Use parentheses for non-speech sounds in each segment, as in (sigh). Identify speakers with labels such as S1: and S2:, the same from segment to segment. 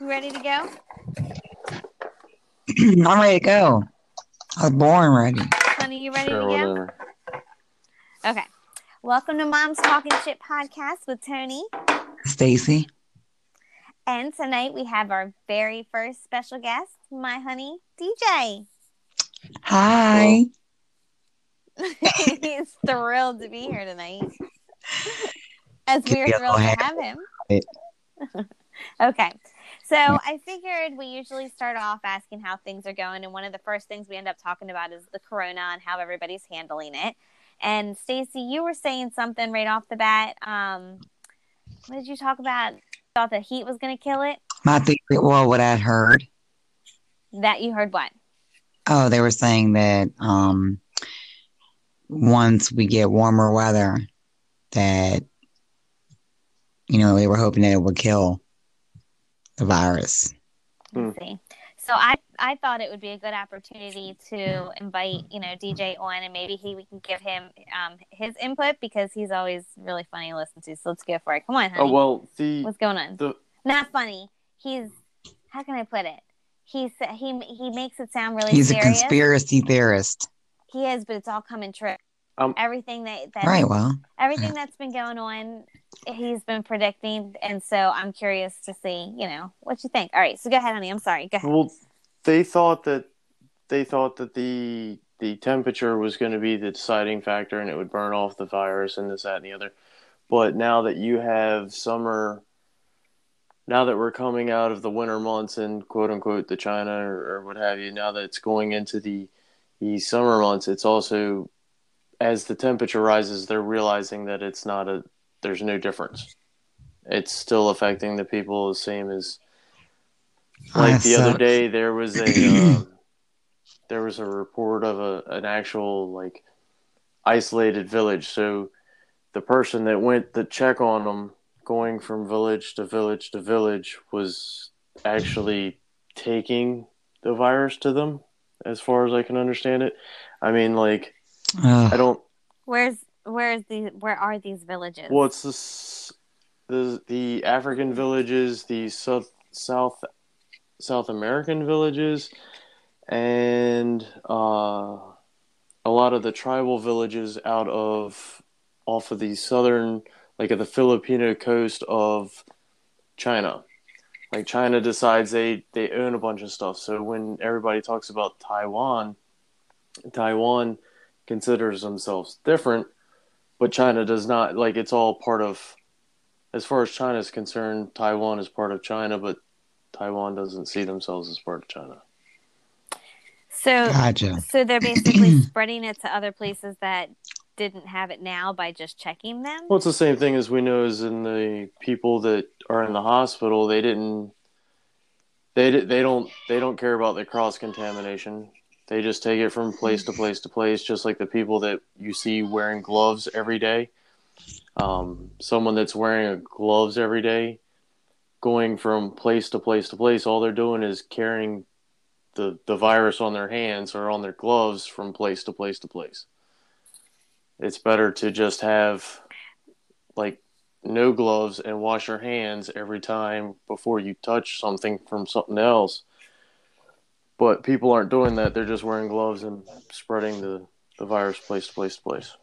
S1: You ready to go?
S2: (clears throat) I'm ready to go. I was born ready.
S1: Honey, you ready
S3: Sure,
S1: to go?
S3: whatever.
S1: Okay. Welcome to Mom's Talking Shit podcast with Tony.
S2: Stacy.
S1: And tonight we have our very first special guest, my honey, DJ.
S2: Hi.
S1: (laughs) He's thrilled to be here tonight. As
S2: Give
S1: we're
S2: me a
S1: thrilled
S2: little
S1: to have him.
S2: Right.
S1: (laughs) okay. So I figured we usually start off asking how things are going. And one of the first things we end up talking about is the corona and how everybody's handling it. And Stacy, you were saying something right off the bat. Um, what did you talk about? Thought the heat was going to kill it?
S2: My theory, well, what I'd heard,
S1: That you heard what?
S2: oh, they were saying that um, once we get warmer weather, that, you know, they were hoping that it would kill the virus.
S3: Hmm.
S1: Let's see. So I, I thought it would be a good opportunity to invite, you know, DJ on and maybe he we can give him um, his input because he's always really funny to listen to. So let's go for it. Come on, honey.
S3: Oh well, the
S1: What's going on?
S3: the
S1: Not funny. He's how can I put it? He's he he makes it sound really
S2: He's a
S1: serious.
S2: conspiracy theorist.
S1: he is, but it's all coming true.
S3: Um,
S1: everything that, that
S2: Right. Well,
S1: everything that's been going on, he's been predicting, and so I'm curious to see, you know, what you think. All right, so go ahead, honey. I'm sorry. Go ahead.
S3: well, they thought that they thought that the the temperature was going to be the deciding factor, and it would burn off the virus and this, that, and the other. But now that you have summer, now that we're coming out of the winter months and quote unquote the China or, or what have you, now that it's going into the the summer months, it's also as the temperature rises, they're realizing that it's not a there's no difference. It's still affecting the people the same as like the
S2: Yes,
S3: other
S2: uh,
S3: day there was a um, there was a report of a an actual like isolated village so the person that went to check on them going from village to village to village was actually taking the virus to them as far as i can understand it i mean like
S2: ugh.
S3: i don't
S1: Where's where's the where are these villages?
S3: Well, it's the s- the the African villages, the South South South American villages, and uh, a lot of the tribal villages out of off of the southern, like of the Filipino coast of China. Like China decides they they own a bunch of stuff. So when everybody talks about Taiwan, Taiwan considers themselves different but China does not like it's all part of as far as China is concerned, Taiwan is part of China, but Taiwan doesn't see themselves as part of China.
S1: so
S2: gotcha.
S1: so they're
S2: (clears throat)
S1: basically spreading it to other places that didn't have it now by just checking them.
S3: Well, it's the same thing as we know is in the people that are in the hospital, they didn't they di- they don't they don't care about the cross contamination. They just take it from place to place to place, just like the people that you see wearing gloves every day. Um, someone that's wearing gloves every day, going from place to place to place, all they're doing is carrying the the virus on their hands or on their gloves from place to place to place. It's better to just have like no gloves and wash your hands every time before you touch something from something else. But people aren't doing that. They're just wearing gloves and spreading the, the virus place to place to place.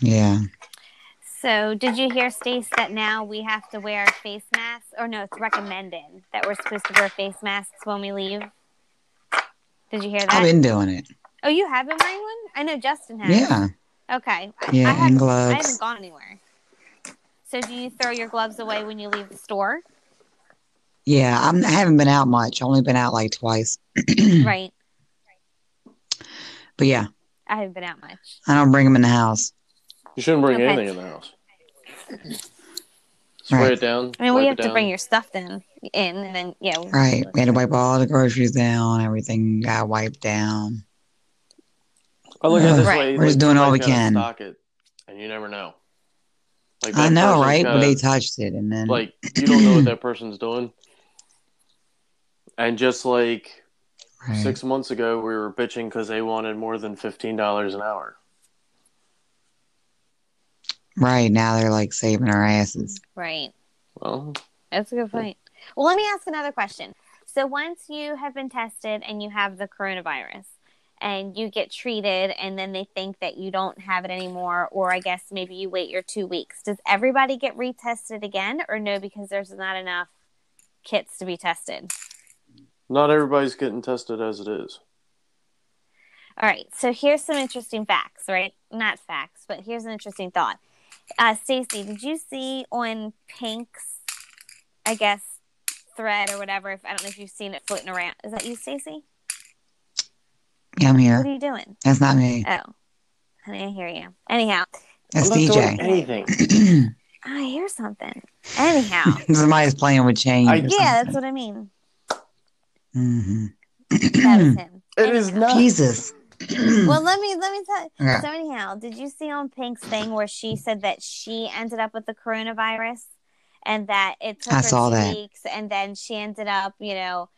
S2: Yeah.
S1: So did you hear Stace that now we have to wear face masks or no, it's recommended that we're supposed to wear face masks when we leave? Did you hear that?
S2: I've been doing it.
S1: oh, you have been wearing one? I know Justin has.
S2: Yeah.
S1: Okay. I- I,
S2: Yeah. And
S1: haven't, I haven't
S2: gloves.
S1: gone anywhere. So do you throw your gloves away when you leave the
S2: (clears throat)
S1: store?
S2: Yeah. I'm, I haven't been out much. Only been out like twice.
S1: right.
S2: But yeah,
S1: I haven't been out much.
S2: I don't bring them in the house.
S3: You shouldn't bring
S1: Okay.
S3: anything in the house. Spray
S2: Right.
S3: it down.
S1: I mean, we
S3: wipe
S1: have
S3: it
S1: to bring
S3: down.
S1: your stuff then in, and then yeah. we-
S2: Right. We had to wipe all the groceries down. Everything got wiped down.
S3: I look at it this
S1: Right.
S3: way.
S2: We're
S3: like,
S2: just doing all
S3: somebody's
S2: we
S3: gotta
S2: can.
S3: Stock it, and you never know. Like
S2: I
S3: that
S2: know,
S3: person's
S2: right? Well,
S3: gotta-
S1: uh,
S2: they touched it and then
S3: like you
S2: (clears throat)
S3: don't know what that person's doing. And just like
S2: right.
S3: Six months ago, we were bitching because they wanted more than fifteen dollars an hour.
S2: right now they're like saving our asses.
S1: Right.
S3: Well,
S1: That's a good point. Well, let me ask another question. So, once you have been tested and you have the coronavirus and you get treated, and then they think that you don't have it anymore, or I guess maybe you wait your two weeks, does everybody get retested again, or no, because there's not enough kits to be tested?
S3: Not everybody's getting tested as it is.
S1: All right. So here's some interesting facts, right? Not facts, but here's an interesting thought. Uh, Stacy, did you see on Pink's, I guess, thread or whatever? If I don't know if you've seen it floating around. Is that you, Stacy?
S2: Yeah, I'm
S1: What
S2: here.
S1: are you doing?
S2: That's not me.
S1: Oh, honey, I hear you. Anyhow,
S2: That's
S3: I'm not doing
S2: DJ.
S3: anything.
S1: I hear something. Anyhow,
S2: (clears throat)
S3: (laughs)
S2: Somebody's playing with chains.
S3: I-
S1: yeah, that's what I mean. That
S2: (clears throat) hmm
S1: was him.
S3: (clears throat) It is
S1: Anyhow.
S3: not.
S2: Jesus. (clears throat)
S1: Well, let me let me tell.
S2: Yeah.
S1: So anyhow, did you see on Pink's thing where she said that she ended up with the coronavirus and that it took
S2: I
S1: her
S2: saw
S1: two
S2: that.
S1: weeks and then she ended up, you know,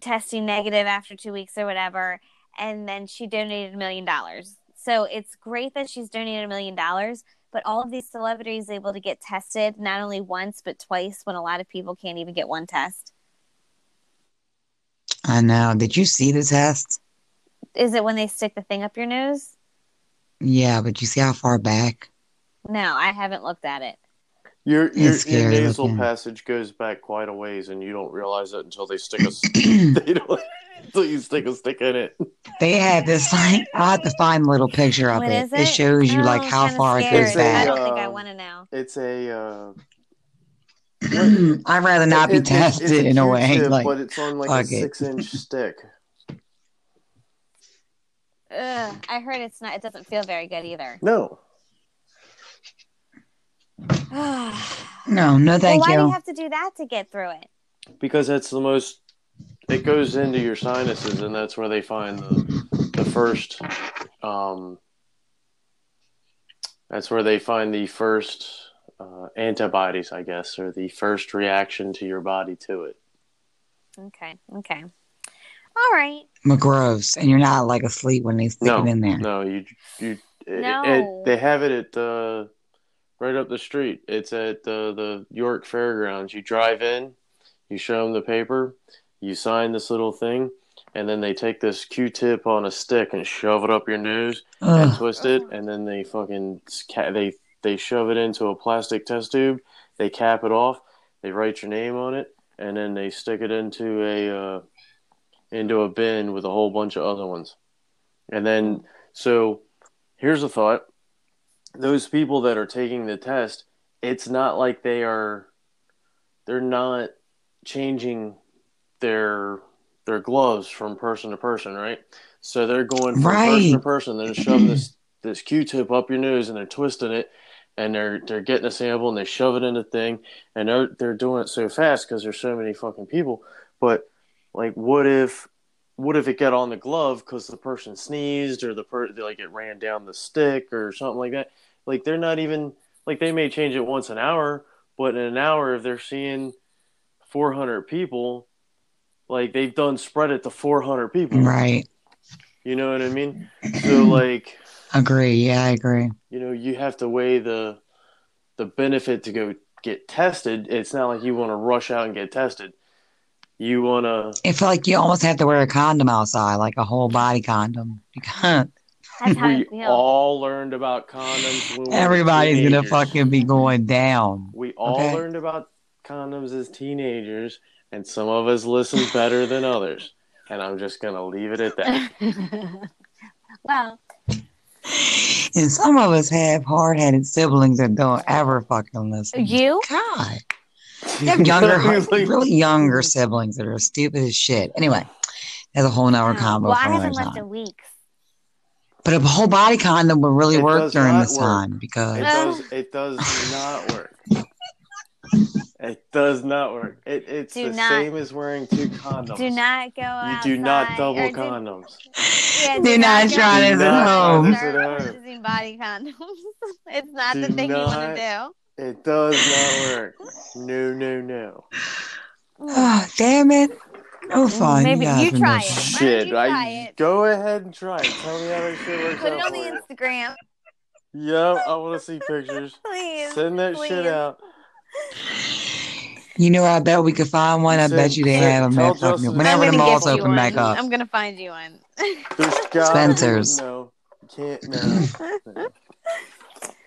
S1: testing negative after two weeks or whatever, and then she donated a million dollars. So it's great that she's donated a million dollars, but all of these celebrities able to get tested not only once but twice when a lot of people can't even get one test.
S2: I know. Did you see the test?
S1: Is it when they stick the thing up your nose?
S2: Yeah, but you see how far back? (clears throat)
S1: No, I haven't looked at it.
S3: Your your,
S2: It's
S3: your
S2: scary
S3: nasal
S2: looking.
S3: passage goes back quite a ways, and you don't realize it until they stick (laughs) a s- they don't, until you stick a stick in it.
S2: They had this like I have to find a little picture of
S1: What
S2: it.
S1: is
S2: It
S1: it?
S2: shows you like
S1: Oh,
S2: how
S1: kinda
S2: far it
S1: scared.
S2: goes
S3: It's a,
S1: I
S2: back.
S1: don't think I
S3: um,
S1: want to know.
S3: It's a uh,
S2: (clears throat) I'd rather not be
S3: it- it- it's-
S2: tested
S3: it's
S2: in a way.
S3: Q-tip,
S2: Like
S3: but it's on like a
S2: fuck it.
S3: six inch stick.
S1: Ugh, I heard it's not. It doesn't feel very good either. (sighs)
S3: No,
S1: well,
S2: no, no, thank
S1: why do
S2: you.
S1: you have to do that to get through it?
S3: because that's the most. It goes into your sinuses, and that's where they find the the first. Um, that's where they find the first uh, antibodies, I guess, or the first reaction to your body to it.
S1: Okay. Okay. All right.
S2: McGroves, and you're not like asleep when they stick
S3: No,
S2: it in there.
S3: no, you you. it-
S1: No.
S3: it- they have it at uh, right up the street. It's at uh, the York Fairgrounds. You drive in, you show them the paper, you sign this little thing, and then they take this Q-tip on a stick and shove it up your nose and
S2: Ugh.
S3: twist it, and then they fucking ca- they they shove it into a plastic test tube. They cap it off. They write your name on it, and then they stick it into a uh, into a bin with a whole bunch of other ones. And then, so here's a thought: those people that are taking the test, it's not like they are, they're not changing their their gloves from person to person, right? So they're going from person to
S2: Right.
S3: person. They're shoving this (clears throat) this Q-tip up your nose and they're twisting it, and they're they're getting a sample and they shove it in the thing, and they're they're doing it so fast because there's so many fucking people. But like, what if what if it got on the glove because the person sneezed or the per like it ran down the stick or something like that? Like they're not even like they may change it once an hour, but in an hour if they're seeing 400 people, like they've done spread it to 400 people.
S2: Right.
S3: You know what I mean? So like,
S2: (clears throat) Agree. Yeah, I agree.
S3: you know, you have to weigh the the benefit to go get tested. It's not like you want to rush out and get tested. You want to
S2: It felt like you almost have to wear a condom outside, like a whole body condom. (laughs) You
S1: That's
S2: can't-
S1: how
S3: we
S1: it feels. (laughs)
S3: all learned about condoms when we were
S2: Everybody's gonna
S3: teenagers.
S2: fucking be going down.
S3: We all
S2: Okay.
S3: learned about condoms as teenagers and some of us listen better than others. And I'm just going to leave it at
S1: (laughs)
S3: that.
S1: well,
S2: And some of us have hard headed siblings that don't ever fucking listen.
S1: you.
S2: God. You have
S3: (laughs)
S2: younger,
S3: He's like-
S2: really younger siblings that are stupid as shit. Anyway, that's a whole nother
S1: Wow. um,
S2: combo
S1: Well,
S2: for
S1: I
S2: another
S1: haven't left in
S2: time.
S1: weeks.
S2: But a whole body condom would really
S3: It
S2: work
S3: does
S2: during
S3: not
S2: this
S3: work.
S2: time
S3: It
S2: because
S3: does. It does
S2: (laughs)
S3: not work. It does not work. It, it's
S1: Do
S3: the
S1: not-
S3: same as wearing two condoms.
S1: Do not go
S3: You
S1: outside.
S3: do not double
S1: or do- (laughs)
S3: condoms.
S1: yeah, do
S2: they're not
S1: go
S2: trying
S3: Do
S2: this at
S3: not try
S2: home.
S3: this at
S1: Start
S3: home.
S1: purchasing body condoms. (laughs) it's not the
S3: Do
S1: thing you want to
S3: It does not work. No, no, no.
S1: do.
S2: Oh, (sighs) damn it. No fun.
S1: Uh, Mm, Maybe
S2: guys
S1: you
S2: are
S1: try
S2: no
S1: it. Why
S2: fun.
S1: don't
S3: Shit,
S1: you try
S3: I
S1: it?
S3: go ahead and try it. Tell me how that shit works
S1: Put it
S3: out
S1: on
S3: for you.
S1: the Instagram, (laughs)
S3: Yep, I want to see pictures.
S1: please.
S3: Send that
S1: please.
S3: shit out.
S2: You know, I bet we could find one. I
S3: Said-
S2: bet you they
S3: said,
S2: have them
S3: tell
S2: at fucking-
S3: Justin-
S2: whenever
S1: I'm
S2: the
S1: gonna
S2: malls
S1: get you
S2: open back
S1: one.
S2: up.
S1: I'm gonna find you one.
S3: There's gotta-
S2: Spencer's.
S3: No, can't no. (laughs)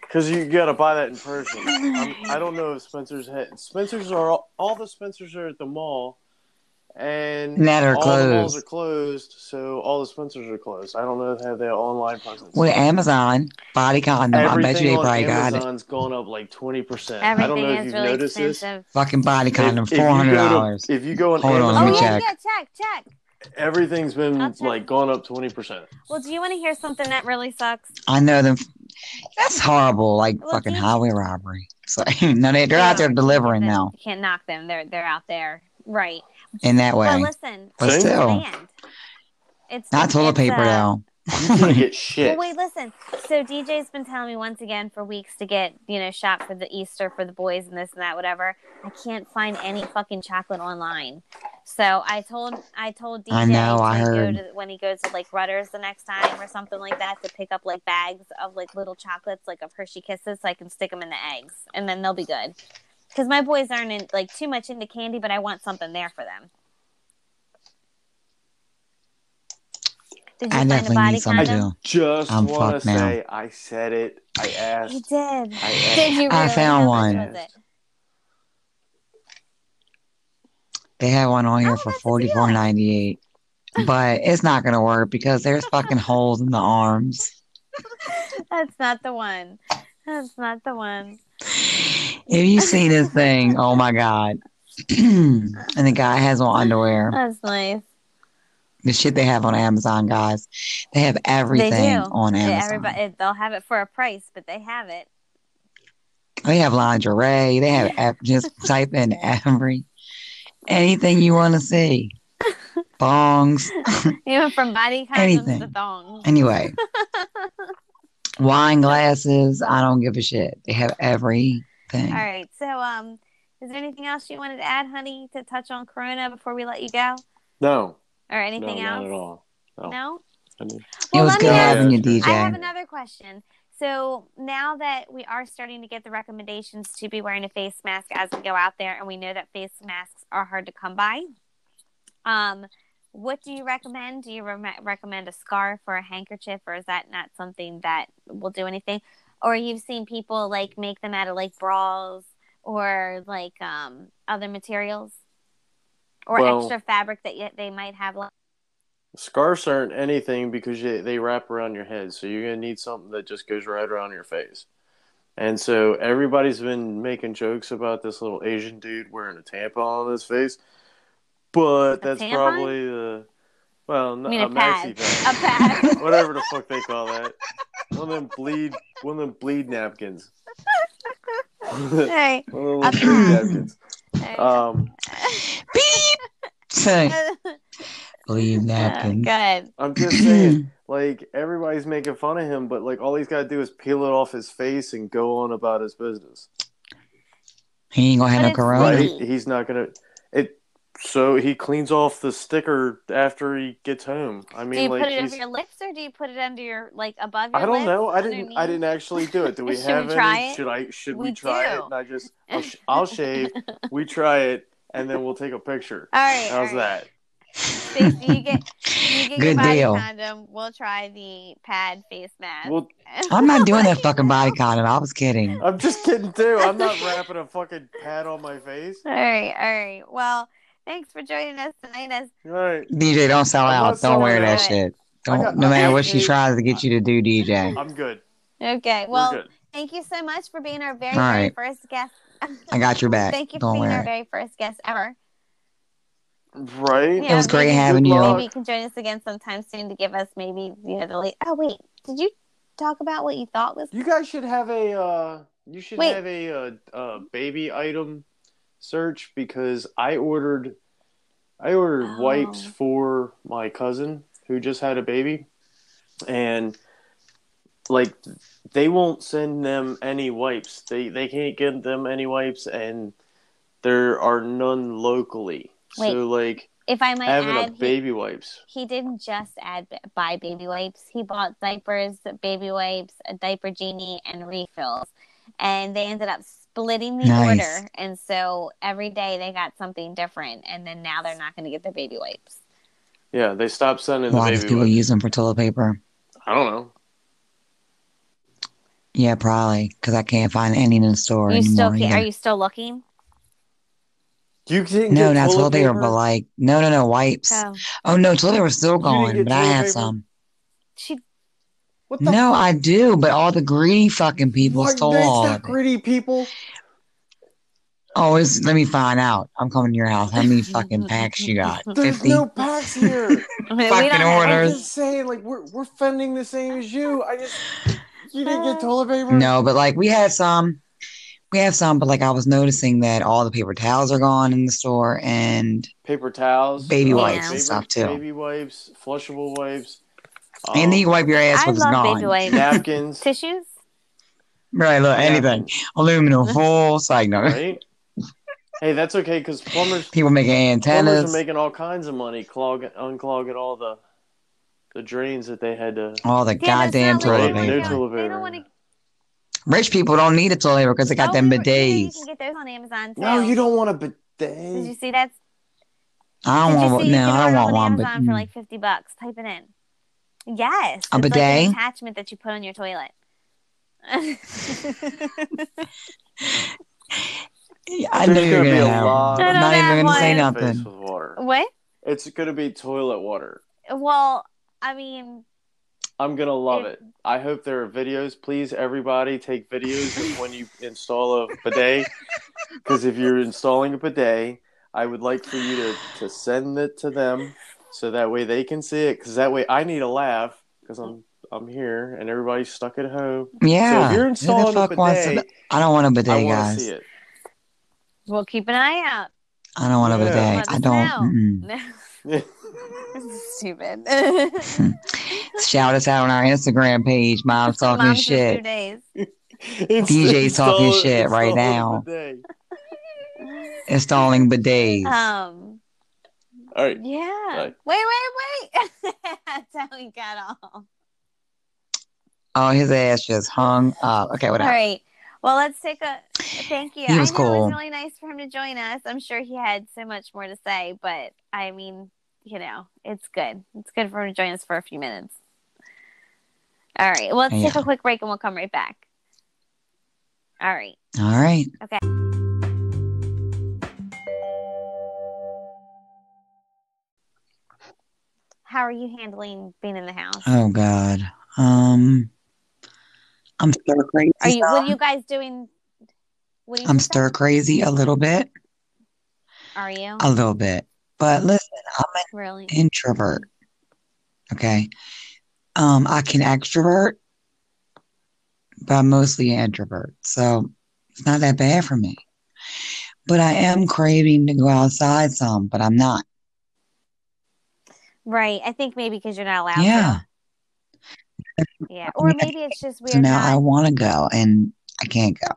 S3: Because you gotta buy that in person. I'm, I don't know if Spencer's had Spencer's are all, all the Spencer's are at the mall, and
S2: That are
S3: all the malls are
S2: closed.
S3: closed, so all the Spencer's are closed. I don't know if they have their online presence.
S2: Well, Amazon body condom. I bet you
S3: Everything
S2: they
S3: on
S2: probably got it.
S3: Amazon's gone up like twenty percent. I don't
S1: Everything
S3: know if
S1: is
S3: you've
S1: really
S3: noticed this.
S1: expensive.
S2: Fucking body
S3: If-
S2: condom,
S3: if you
S2: four
S3: go to-
S2: hundred dollars.
S3: If you go on
S2: Hold on,
S1: Oh
S2: let
S3: Amazon,
S2: me
S1: yeah,
S2: check.
S1: yeah, check, check.
S3: everything's
S1: I'll
S3: been
S1: check.
S3: like gone up twenty percent.
S1: Well, do you want to hear something that really sucks?
S2: I know them. That's horrible, like
S1: Well,
S2: fucking
S1: dude-
S2: highway robbery. (laughs) So no, they, they're out there
S1: Yeah.
S2: delivering now
S1: You can't knock them. They're they're out there, right?
S2: in that
S1: But
S2: way.
S1: listen,
S2: But
S1: it's
S2: still.
S1: banned. It's
S2: Not toilet
S1: it's,
S2: paper
S1: uh,
S2: though.
S3: You
S2: (laughs)
S3: can't get shit.
S1: Well, wait, listen. So DJ's been telling me once again for weeks to get, you know, shop for the Easter for the boys and this and that, whatever. I can't find any fucking chocolate online. So I told I told DJ
S2: I know, I
S1: to go
S2: heard.
S1: to- when he goes to like Rudders the next time or something like that to pick up like bags of like little chocolates like of Hershey Kisses so I can stick them in the eggs and then they'll be good. Because my boys aren't in, like too much into candy, but I want something there for them. Did you
S2: I
S1: find a
S2: definitely
S1: body
S2: need some
S1: condom?
S2: too.
S3: Just
S2: I'm
S3: want
S2: fucked
S3: to
S2: now.
S3: say I said it. I
S1: You
S3: asked.
S1: did.
S2: (laughs)
S3: I
S1: (laughs)
S3: asked.
S1: Did you? Really?
S2: I found
S1: How much
S2: one.
S1: was it?
S2: They have one on here
S1: Oh,
S2: for
S1: that's a
S2: forty four ninety eight, but it's not gonna work because there's
S1: (laughs)
S2: fucking holes in the arms.
S1: That's not the one. That's not the one.
S2: If you see this thing, oh my god! (clears throat) and the guy has on underwear.
S1: That's nice.
S2: the shit they have on Amazon, guys. They have everything
S1: do.
S2: on
S1: They-
S2: Amazon.
S1: Everybody, it- they'll have it for a price, but they have it.
S2: They have lingerie. They have ev-
S1: (laughs)
S2: just type in every anything you want
S1: (laughs)
S2: to see. Bongs.
S1: Even from body condoms to
S2: Anything.
S1: thongs.
S2: Anyway, wine glasses. I don't give a shit. They have everything.
S1: All right. So, um, is there anything else you wanted to add, honey, to touch on Corona before we let you go,
S3: No,
S1: or
S3: no,
S1: anything
S3: not
S1: else?
S3: at all. No.
S1: No.
S3: I mean,
S2: it
S1: Well,
S2: was
S1: let me
S2: good
S1: ask
S2: having you,
S3: I
S2: DJ.
S1: I have another question. So now that we are starting to get the recommendations to be wearing a face mask as we go out there, and we know that face masks are hard to come by, um, what do you recommend? Do you re- recommend a scarf or a handkerchief, or is that not something that will do anything? Or you've seen people like make them out of like bras or like um, other materials or
S3: Well-
S1: extra fabric that yet they might have. Like-
S3: scarves aren't anything because you, they wrap around your head, so you're gonna need something that just goes right around your face. And so everybody's been making jokes about this little Asian dude wearing a tampon on his face, but that's
S1: tampon?
S3: probably the well,
S1: I
S3: no,
S1: mean,
S3: a,
S1: a pad,
S3: maxi
S1: a
S2: (laughs)
S3: pad,
S1: pad.
S3: whatever the fuck they call that. One of them bleed, one of them bleed napkins. (laughs) one of
S1: (laughs)
S3: them
S1: Hey,
S3: little
S1: A
S3: bleed
S1: pad.
S3: napkins.
S1: hey.
S3: Um,
S1: (laughs)
S2: Beep. Leave napkins.
S1: Good.
S3: I'm just saying, like everybody's making fun of him, but like all he's got to do is peel it off his face and go on about his business.
S2: (clears throat) he ain't gonna have
S1: But
S2: no
S1: it's
S2: corona.
S3: Like
S1: Right.
S3: he- he's not gonna it. So he cleans off the sticker after he gets home. I
S1: Do
S3: mean,
S1: you
S3: like
S1: put it
S3: he's-
S1: over your lips or do you put it under your like above your
S3: I don't
S1: lips,
S3: know. I didn't. I
S1: underneath?
S3: didn't actually
S1: (laughs)
S3: do it. Do we
S1: Should we
S3: have any?
S1: try it?
S3: Should I? Should we,
S1: We
S3: try
S1: do.
S3: it? And I just I'll, sh-
S1: (laughs)
S3: I'll shave. We try it, and then we'll take a picture.
S1: All right.
S3: How's
S1: all right.
S3: that?
S1: Stacey, you get
S2: (laughs)
S1: you get your
S2: Good
S1: body
S2: deal.
S1: condom. We'll try the pad face mask. (laughs)
S3: Well,
S2: I'm not doing that fucking body condom. I was kidding.
S3: I'm just kidding too. I'm not wrapping a fucking pad on my face.
S1: All right. All right. Well, thanks for joining us tonight. As
S3: All right.
S2: DJ, don't sell
S3: I'm not
S2: out. Don't
S3: selling
S2: wear that
S1: out.
S2: shit.
S3: I
S2: Don't.
S3: got-
S2: no
S3: I
S2: matter
S3: got
S2: what she
S3: eight.
S2: tries to get you to do, DJ.
S3: I'm good.
S1: okay.
S3: We're
S1: Well,
S3: good.
S1: thank you so much for being our very,
S2: All
S1: very
S2: right.
S1: first guest. (laughs)
S2: I got your back.
S1: Thank you for
S2: don't
S1: being
S2: wear
S1: our
S2: it.
S1: very first guest ever.
S3: Right?
S1: Yeah,
S2: It was great
S1: maybe-
S2: having
S3: Good
S2: you.
S3: luck.
S1: Maybe you can join us again sometime soon to give us maybe you know the late. Oh wait, did you talk about what you thought was?
S3: You guys should have a uh you should
S1: Wait.
S3: have a uh, uh baby item search because I ordered I ordered
S1: Oh.
S3: wipes for my cousin who just had a baby and like they won't send them any wipes. They they can't get them any wipes and there are none locally.
S1: Wait.
S3: So like
S1: If I might
S3: having a
S1: add, he,
S3: baby wipes.
S1: he didn't just add b- buy baby wipes. He bought diapers, baby wipes, a diaper genie, and refills, and they ended up s- splitting the
S2: Nice.
S1: order. And so every day they got something different. And then now they're not going to get their baby wipes.
S3: Yeah, they stopped sending the
S2: Why do
S3: baby.
S2: people
S3: wipes.
S2: use them for toilet paper?
S3: I don't know.
S2: Yeah, probably because I can't find any in the store
S1: you still
S2: anymore.
S1: can,
S2: either.
S1: are you still looking?
S3: You didn't
S2: no,
S3: get
S2: not
S3: toilet
S2: toilet paper, but like no, no, no wipes.
S1: Oh,
S2: Oh no, toilet paper's still
S3: didn't
S2: gone,
S3: get
S2: but I
S3: toilet
S2: have
S3: paper?
S2: some.
S1: she
S3: What the
S2: No, I do, but all the greedy fucking people
S3: Why-
S2: stole
S3: that's
S2: all
S3: not
S2: of it.
S3: gritty people.
S2: Oh, it's, let me find out. I'm coming to your house. How many fucking packs you got?
S3: (laughs) There's
S2: Fifty.
S3: no
S2: (laughs)
S3: packs here.
S1: I mean, we
S2: (laughs) Fucking
S1: don't have-
S3: I'm
S2: orders.
S3: just saying, like we're we're fending the same as you. I just you didn't
S1: Uh,
S3: get toilet paper.
S2: No, but like we had some, we have some, but like I was noticing that all the paper towels are gone in the store, and
S3: paper towels, uh,
S2: Baby
S1: wipes and
S3: baby-
S2: stuff, too.
S3: Baby wipes, flushable wipes, um,
S2: and then you wipe your ass
S1: Oh, I
S2: with it's
S1: love baby
S2: gone.
S1: wipes.
S3: napkins,
S1: Tissues?
S2: Right, look, anything, aluminum foil, signal.
S3: right? Hey, that's okay because plumbers
S2: People making
S3: plumbers
S2: antennas.
S3: are making all kinds of money clog unclogging all the the drains that they had to.
S2: all the
S1: Yeah, but it's
S2: goddamn
S1: not like
S2: toilet
S1: they wanna
S3: Right,
S2: paper.
S1: go-
S3: no toilet
S1: They
S3: paper.
S1: don't want to
S2: Rich people don't need a toilet paper because they got
S1: Oh,
S2: them
S1: we were- yeah, You
S2: bidets.
S1: can get those on Amazon too.
S3: No, you don't want a
S1: Did you
S3: bidet.
S1: see that?
S2: I
S1: Did
S2: don't
S1: you
S2: want
S1: see you
S2: no,
S1: can
S2: I
S1: order
S2: don't want
S1: on
S2: one, but mm.
S1: Amazon for like fifty bucks. Type it in. Yes,
S2: A
S1: it's like an
S2: bidet?
S1: attachment that you put on your toilet.
S2: mm, I
S3: There's
S2: knew you were
S3: gonna be
S2: gonna
S3: a
S2: have.
S3: lot
S2: one.
S1: of
S2: I'm not even gonna say
S1: Face
S2: nothing.
S3: Face with water.
S1: what?
S3: It's gonna be toilet water.
S1: Well, I mean,
S3: I'm gonna love it. I hope there are videos. Please, everybody, take videos of when you install a bidet. Because if you're installing a bidet, I would like for you to, to send it to them so that way they can see it. Because that way I need a laugh because I'm I'm here and everybody's stuck at home.
S2: Yeah.
S3: So if you're
S2: Who
S3: installing
S2: the
S3: a
S2: fuck wants a
S3: bidet,
S2: bi- I don't want a
S3: I
S2: bidet,
S3: want to
S2: guys.
S3: see it.
S1: we'll keep an eye out. (laughs)
S2: I don't want a
S3: Yeah.
S2: bidet.
S1: Let
S2: I
S1: us
S2: don't.
S1: know.
S2: mm-mm.
S3: (laughs)
S1: This is stupid.
S2: Shout us out on our Instagram page, Mom's (laughs) Talking
S1: Mom's just
S2: Shit.
S1: two days.
S2: DJ's talking
S3: Install-
S2: shit right
S3: install
S2: now.
S3: a bidet.
S2: Installing bidets.
S1: Um.
S3: All right.
S1: Yeah.
S3: Right.
S1: Wait, wait, (laughs) wait. That's how we got off.
S2: oh, his ass just hung up. Okay,
S1: All
S2: whatever.
S1: right. Well, let's take a thank you.
S2: uh, He was
S1: I know it
S2: cool.
S1: was really nice for him to join us. I'm sure he had so much more to say, but I mean, you know, it's good. It's good for him to join us for a few minutes. All right. Well, let's take
S2: Yeah.
S1: a quick break and we'll come right back. All right.
S2: All right.
S1: Okay. How are you handling being in the house?
S2: Oh God. Um, I'm stir crazy.
S1: Are you?
S2: some.
S1: What are you guys doing? What are you
S2: I'm
S1: doing?
S2: stir crazy a little bit,
S1: Are you
S2: a little bit. But listen, I'm
S1: really?
S2: an introvert. Okay. Um, I can extrovert, but I'm mostly an introvert, so it's not that bad for me. But I am craving to go outside some, but I'm not.
S1: Right. I think maybe because you're not allowed.
S2: Yeah.
S1: To. Yeah. Or
S2: Yeah.
S1: maybe it's just
S2: So
S1: weird.
S2: now I
S1: Not,
S2: want to go, and I can't go.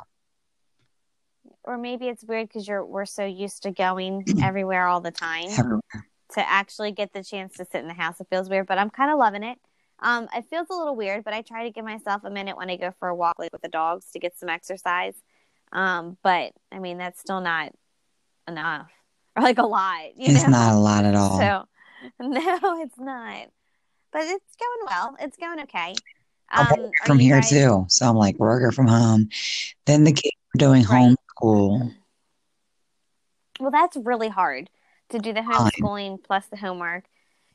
S1: or maybe it's weird because you're we're so used to
S2: (clears throat)
S1: going everywhere all the time.
S2: Everywhere.
S1: to actually get the chance to sit in the house. It feels weird, but I'm kind of loving it. Um, it feels a little weird, but I try to give myself a minute when I go for a walk, like with the dogs, to get some exercise. Um, but I mean, that's still not enough, (laughs) or like a lot. You (laughs)
S2: It's
S1: know?
S2: not a lot at all.
S1: So, (laughs) no, it's not. But it's going well. It's going okay. Um,
S2: I work
S1: are
S2: from
S1: you
S2: here
S1: guys-
S2: too. So I'm like worker from home. Then the kids are doing
S1: Right.
S2: homeschool.
S1: Well, that's really hard to do the
S2: Fine.
S1: homeschooling plus the homework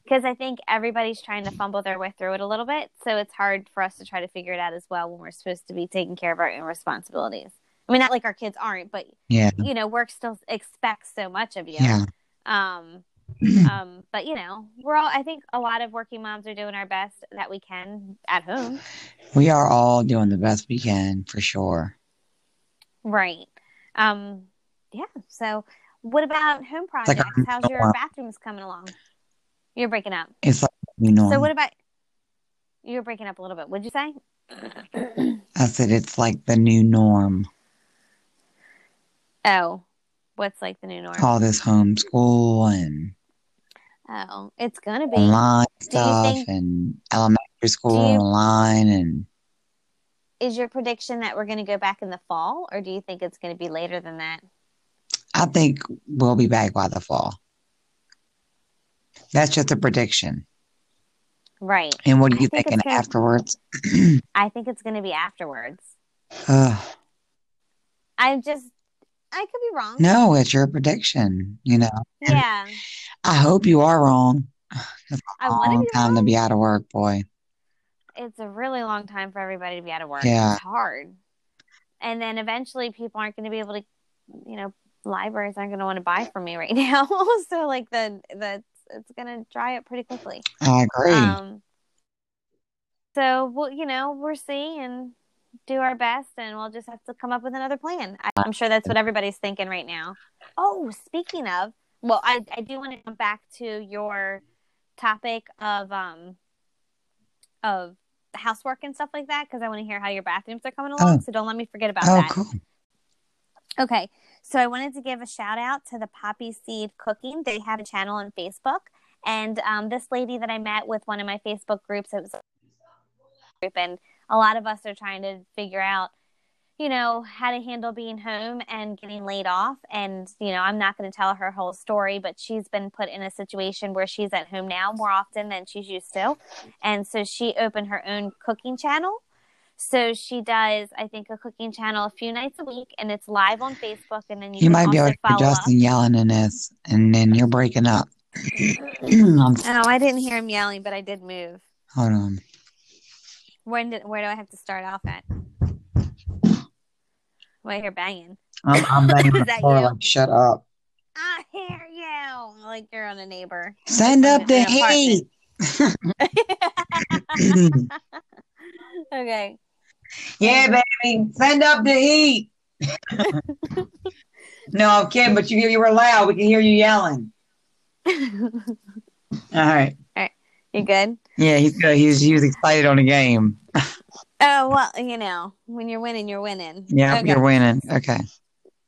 S1: because I think everybody's trying
S2: Mm.
S1: to fumble their way through it a little bit. So it's hard for us to try to figure it out as well when we're supposed to be taking care of our own responsibilities. I mean, not like our kids aren't, but
S2: Yeah.
S1: you know, work still expects so much of you.
S2: Mm. Yeah.
S1: Um,
S2: (clears throat)
S1: um, but you know, we're all. I think a lot of working moms are doing our best that we can at home.
S2: We are all doing the best we can for sure.
S1: Right. Um, yeah. So, what about home
S2: like
S1: projects?
S2: a
S1: How's your
S2: norm.
S1: bathrooms coming along? You're breaking up.
S2: It's like, you know,
S1: So, what about you were breaking up a little bit? Would you say?
S2: I said it's like the new norm.
S1: (clears throat) Oh, what's like the new norm? Oh,
S2: All this homeschool and
S1: Oh, it's gonna be.
S2: online
S1: do you
S2: stuff
S1: think-
S2: and elementary school
S1: do you-
S2: online and
S1: is your prediction that we're going to go back in the fall, or do you think it's going to be later than that?
S2: I think we'll be back by the fall. That's just a prediction.
S1: Right.
S2: And what are
S1: I
S2: you
S1: think it's
S2: thinking
S1: gonna-
S2: afterwards?
S1: I think it's going to be afterwards.
S2: Ugh.
S1: I'm just, I could be wrong.
S2: no, it's your prediction. You know,
S1: Yeah,
S2: I hope you are wrong.
S1: I want to
S2: Long
S1: be
S2: time
S1: wrong.
S2: to be out of work, boy.
S1: It's a really long time for everybody to be out of work.
S2: Yeah.
S1: It's hard. And then eventually, people aren't going to be able to, you know, libraries aren't going to want to buy from me right (laughs) now. so like the the it's going to dry up pretty quickly.
S2: I agree.
S1: Um, so well, you know, we're seeing and do our best, and we'll just have to come up with another plan. I, I'm sure that's what everybody's thinking right now. Oh, speaking of, well, I I do want to come back to your topic of um of housework and stuff like that because I want to hear how your bathrooms are coming along. So don't let me forget about
S2: oh,
S1: that.
S2: cool.
S1: Okay. So I wanted to give a shout out to the Poppy Seed Cooking. They have a channel on Facebook. And um, this lady that I met with one of my Facebook groups, it was a group, and a lot of us are trying to figure out, you know, how to handle being home and getting laid off. And, you know, I'm not going to tell her whole story, but she's been put in a situation where she's at home now more often than she's used to. And so she opened her own cooking channel. So she does, I think, a cooking channel a few nights a week, and it's live on Facebook. And then you,
S2: You
S1: can
S2: might be
S1: also
S2: able to hear
S1: follow up.
S2: Justin yelling in this, and then you're breaking up. (clears throat) I'm,
S1: Oh, I didn't hear him yelling, but I did move.
S2: hold on.
S1: When did, where do I have to start off at? Well, you're banging.
S2: I'm, I'm banging (laughs)
S1: Is
S2: the
S1: that
S2: floor
S1: you?
S2: like, shut up.
S1: I hear you. Like you're on a neighbor.
S2: Send
S1: I'm
S2: up the
S1: in an apartment.
S2: heat. (laughs) yeah,
S1: okay. (laughs)
S2: baby. Send up the (laughs) heat. no, I'm kidding, but you, you were loud. We can hear you yelling.
S1: you
S2: All right.
S1: good?
S2: Yeah, he's good. He's, he was excited on the game.
S1: Oh, well, you know, when you're winning, you're winning.
S2: Yeah,
S1: Okay.
S2: you're winning. Okay.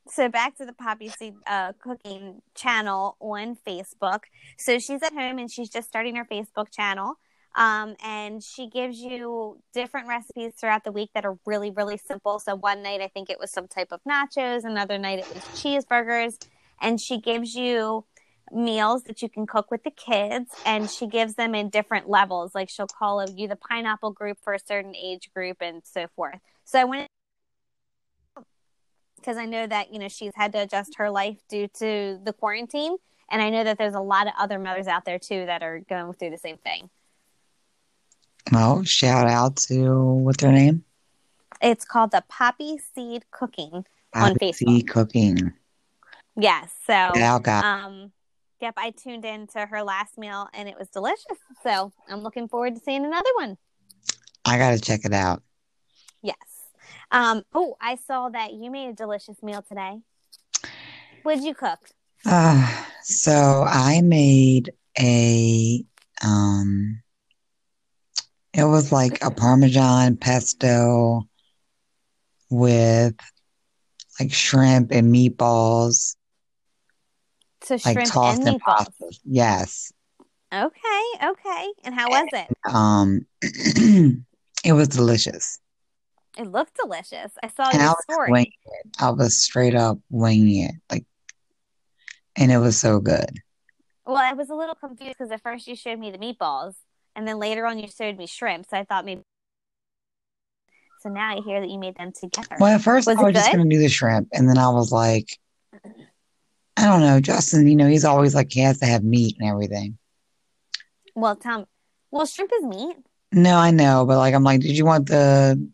S1: so back to the poppy seed uh, cooking channel on facebook so she's at home and she's just starting her facebook channel um, and she gives you different recipes throughout the week that are really really simple so one night i think it was some type of nachos another night it was cheeseburgers and she gives you meals that you can cook with the kids and she gives them in different levels like she'll call you the pineapple group for a certain age group and so forth so i went because I know that you know she's had to adjust her life due to the quarantine, and I know that there's a lot of other mothers out there too that are going through the same thing.
S2: Well, shout out to what's her name?
S1: It's called the Poppy Seed Cooking. On Oh.
S2: Poppy C Cooking.
S1: Yes, so
S2: Shout out,
S1: um, yep, I tuned in to her last meal and it was delicious. So I'm looking forward to seeing another one.
S2: I got to check it out.
S1: Yes. Um, oh, I saw that you made a delicious meal today. What'd you cook?
S2: Uh, so I made a um it was like a parmesan pesto with like shrimp and meatballs,
S1: So
S2: like
S1: shrimp
S2: tossed
S1: and
S2: in
S1: meatballs.
S2: pasta. Yes.
S1: Okay, okay. And how was it?
S2: Um (clears throat) it was delicious.
S1: It looked delicious. I saw
S2: And I
S1: your
S2: was
S1: story.
S2: winging it. I was straight up winging it. Like and it was so good.
S1: Well, I was a little confused because at first you showed me the meatballs, and then later on you showed me shrimp. So I thought maybe. So now I hear that you made them together.
S2: Well, at first
S1: Was
S2: I
S1: it
S2: was just
S1: good?
S2: gonna do the shrimp, and then I was like, I don't know, Justin. You know, he's always like he has to have meat and everything.
S1: Well, Tom. Well, shrimp is meat. (laughs)
S2: No, I know, but like I'm like, did you want the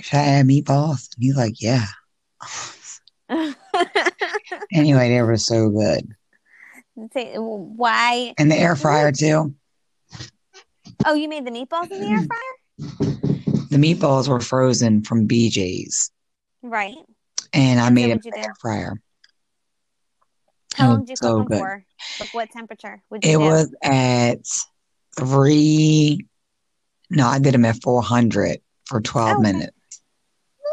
S2: should I have meatballs? And he's like, yeah. (sighs) Anyway, they were so good,
S1: Say- Why?
S2: and the air fryer too.
S1: Oh, you made the meatballs in the
S2: Mm.
S1: air fryer,
S2: The meatballs were frozen from BJ's,
S1: right?
S2: and I
S1: And so
S2: made it
S1: what'd you
S2: in the
S1: do?
S2: air fryer.
S1: How
S2: Oh,
S1: long did you cook
S2: so
S1: them
S2: good.
S1: for? Like what temperature? Would you
S2: It
S1: do?
S2: was at three. No, I did them at four hundred for twelve
S1: Oh, okay.
S2: minutes.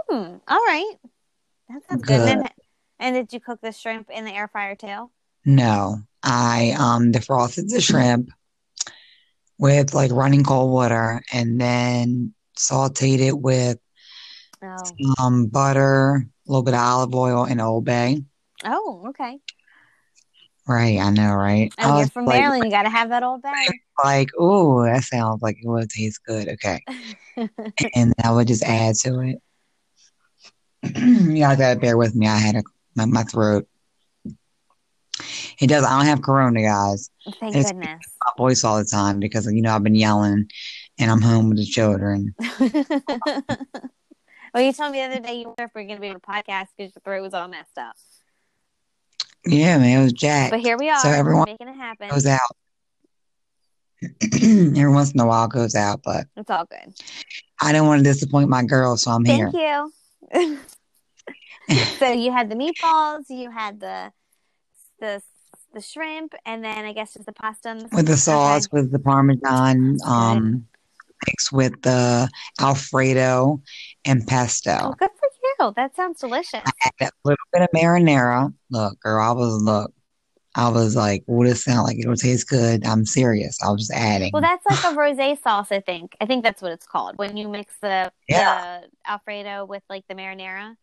S1: Hmm, all right. That sounds good. And, then, and did you cook the shrimp in the air fryer too?
S2: No, I um defrosted the shrimp with like running cold water and then sauteed it with
S1: Oh.
S2: um, butter, a little bit of olive oil, and Old Bay.
S1: Oh, okay.
S2: Right, I know, right? I
S1: Oh, you're
S2: was
S1: from
S2: like,
S1: Maryland. You got to have that old bag.
S2: like, ooh, that sounds like it would taste good. Okay, and I would just add to it. (clears throat) Y'all gotta bear with me. I had a my, my throat. It does. I don't have corona, guys.
S1: Thank
S2: It's-
S1: goodness.
S2: My voice all the time because you know I've been yelling, and I'm home with the children.
S1: (laughs) well, you told me the other day you were going to be on a podcast because your throat was all messed up.
S2: Yeah, man, it was Jack.
S1: But here we are.
S2: So everyone
S1: making it happen.
S2: goes out. (clears throat) Every once in a while goes out, but
S1: It's all good.
S2: I don't want to disappoint my girl, so I'm here.
S1: Thank you. so you (laughs) had the meatballs, you had the the the shrimp, and then I guess just the pasta. And the
S2: With the sauce, with the parmesan, um, mixed with the alfredo and
S1: oh,
S2: pesto.
S1: good for you. That sounds delicious.
S2: Add a little bit of marinara. Look, girl, I was look, I was like, "Well, this sound like it'll taste good." I'm serious. I was just adding.
S1: Well, that's like a rosé sauce, I think. I think that's what it's called when you mix the, the alfredo with like the marinara.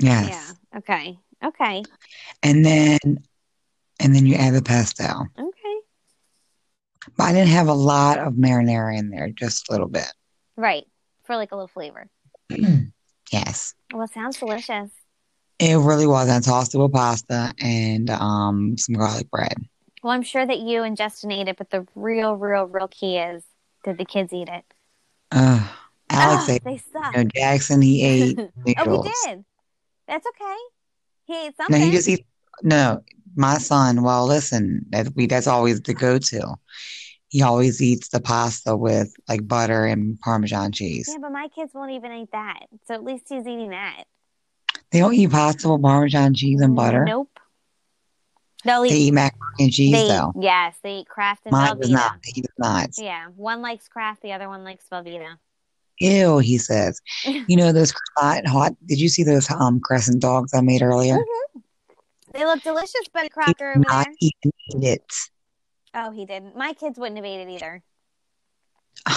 S2: yes,
S1: Yeah. Okay. Okay.
S2: and then and then you add the pesto.
S1: Okay.
S2: But I didn't have a lot of marinara in there, just a little bit.
S1: Right. For like a little flavor.
S2: Yes.
S1: Well, it sounds delicious.
S2: It really was. I tossed it with pasta and um, some garlic bread.
S1: Well, I'm sure that you and Justin ate it, but the real, real, real key is did the kids eat it?
S2: Ugh. Alex
S1: Ugh,
S2: ate,
S1: Ah, Oh, they suck.
S2: you know, Jackson, he ate noodles.
S1: (laughs) oh, we did. That's okay. He ate
S2: No,
S1: something.
S2: he just eats. No, my son, well, listen, that we, that's always the go to. He always eats the pasta with like butter and Parmesan cheese.
S1: yeah, but my kids won't even eat that. So at least he's eating that.
S2: They don't eat pasta with Parmesan cheese
S1: Mm,
S2: and butter.
S1: Nope. They'll
S2: They
S1: eat.
S2: eat macaroni and cheese,
S1: they-
S2: though.
S1: yes, they eat Kraft and
S2: Mine does
S1: Velveeta.
S2: not. He does not.
S1: Yeah, one likes Kraft, the other one likes Velveeta.
S2: Ew,
S1: (laughs)
S2: he says. You know those hot, hot. Did you see those um crescent dogs I made earlier?
S1: Mhm. They look delicious, Betty
S2: He
S1: Crocker
S2: did
S1: over
S2: not
S1: there.
S2: even eat it.
S1: Oh, he didn't. My kids wouldn't have ate it either.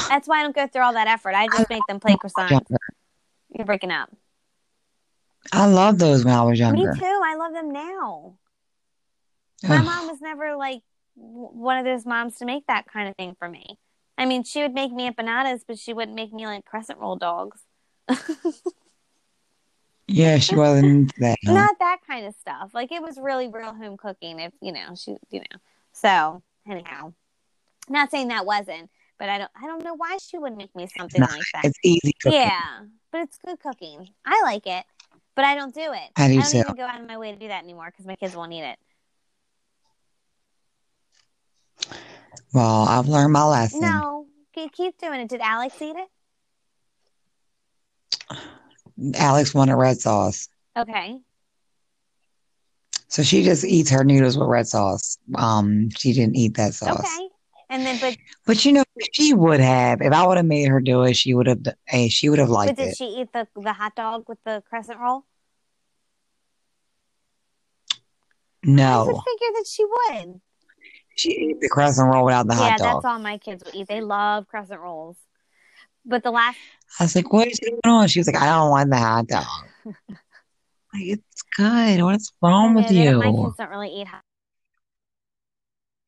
S1: That's why I don't go through all that effort. I just make them play croissants.
S2: Younger.
S1: You're breaking up.
S2: I loved those when I was younger.
S1: Me too. I love them now. My
S2: Ugh.
S1: mom was never like w- one of those moms to make that kind of thing for me. I mean, she would make me empanadas, but she wouldn't make me like crescent roll dogs.
S2: Yeah, she wasn't into that.
S1: (laughs)
S2: huh?
S1: Not that kind of stuff. Like it was really real home cooking. If you know, she, you know. So anyhow, not saying that wasn't, but I don't, I don't know why she would make me something
S2: Nah,
S1: like that.
S2: It's easy cooking.
S1: Yeah, but it's good cooking. I like it, but I don't do it.
S2: I do
S1: I don't
S2: too.
S1: even go out of my way to do that anymore because my kids won't eat it.
S2: Well, I've learned my lesson.
S1: No, you keep doing it. Did Alex eat it?
S2: Alex wanted red sauce,
S1: Okay.
S2: so she just eats her noodles with red sauce. Um, she didn't eat that sauce.
S1: Okay. And then, but
S2: But you know, she would have. If I would have made her do it, she would have. Hey, she would have
S1: but
S2: liked
S1: did
S2: it.
S1: she eat the the hot dog with the crescent roll? I would
S2: No,
S1: figure that she would.
S2: she ate the crescent roll without the
S1: yeah,
S2: hot dog.
S1: that's all my kids would eat. They love crescent rolls. But the last,
S2: I was like, what is going on? She was like, I don't want the
S1: (laughs)
S2: hot dog. Like, it's good. What's wrong
S1: I
S2: with
S1: know they don't-
S2: you?
S1: my kids don't really eat hot.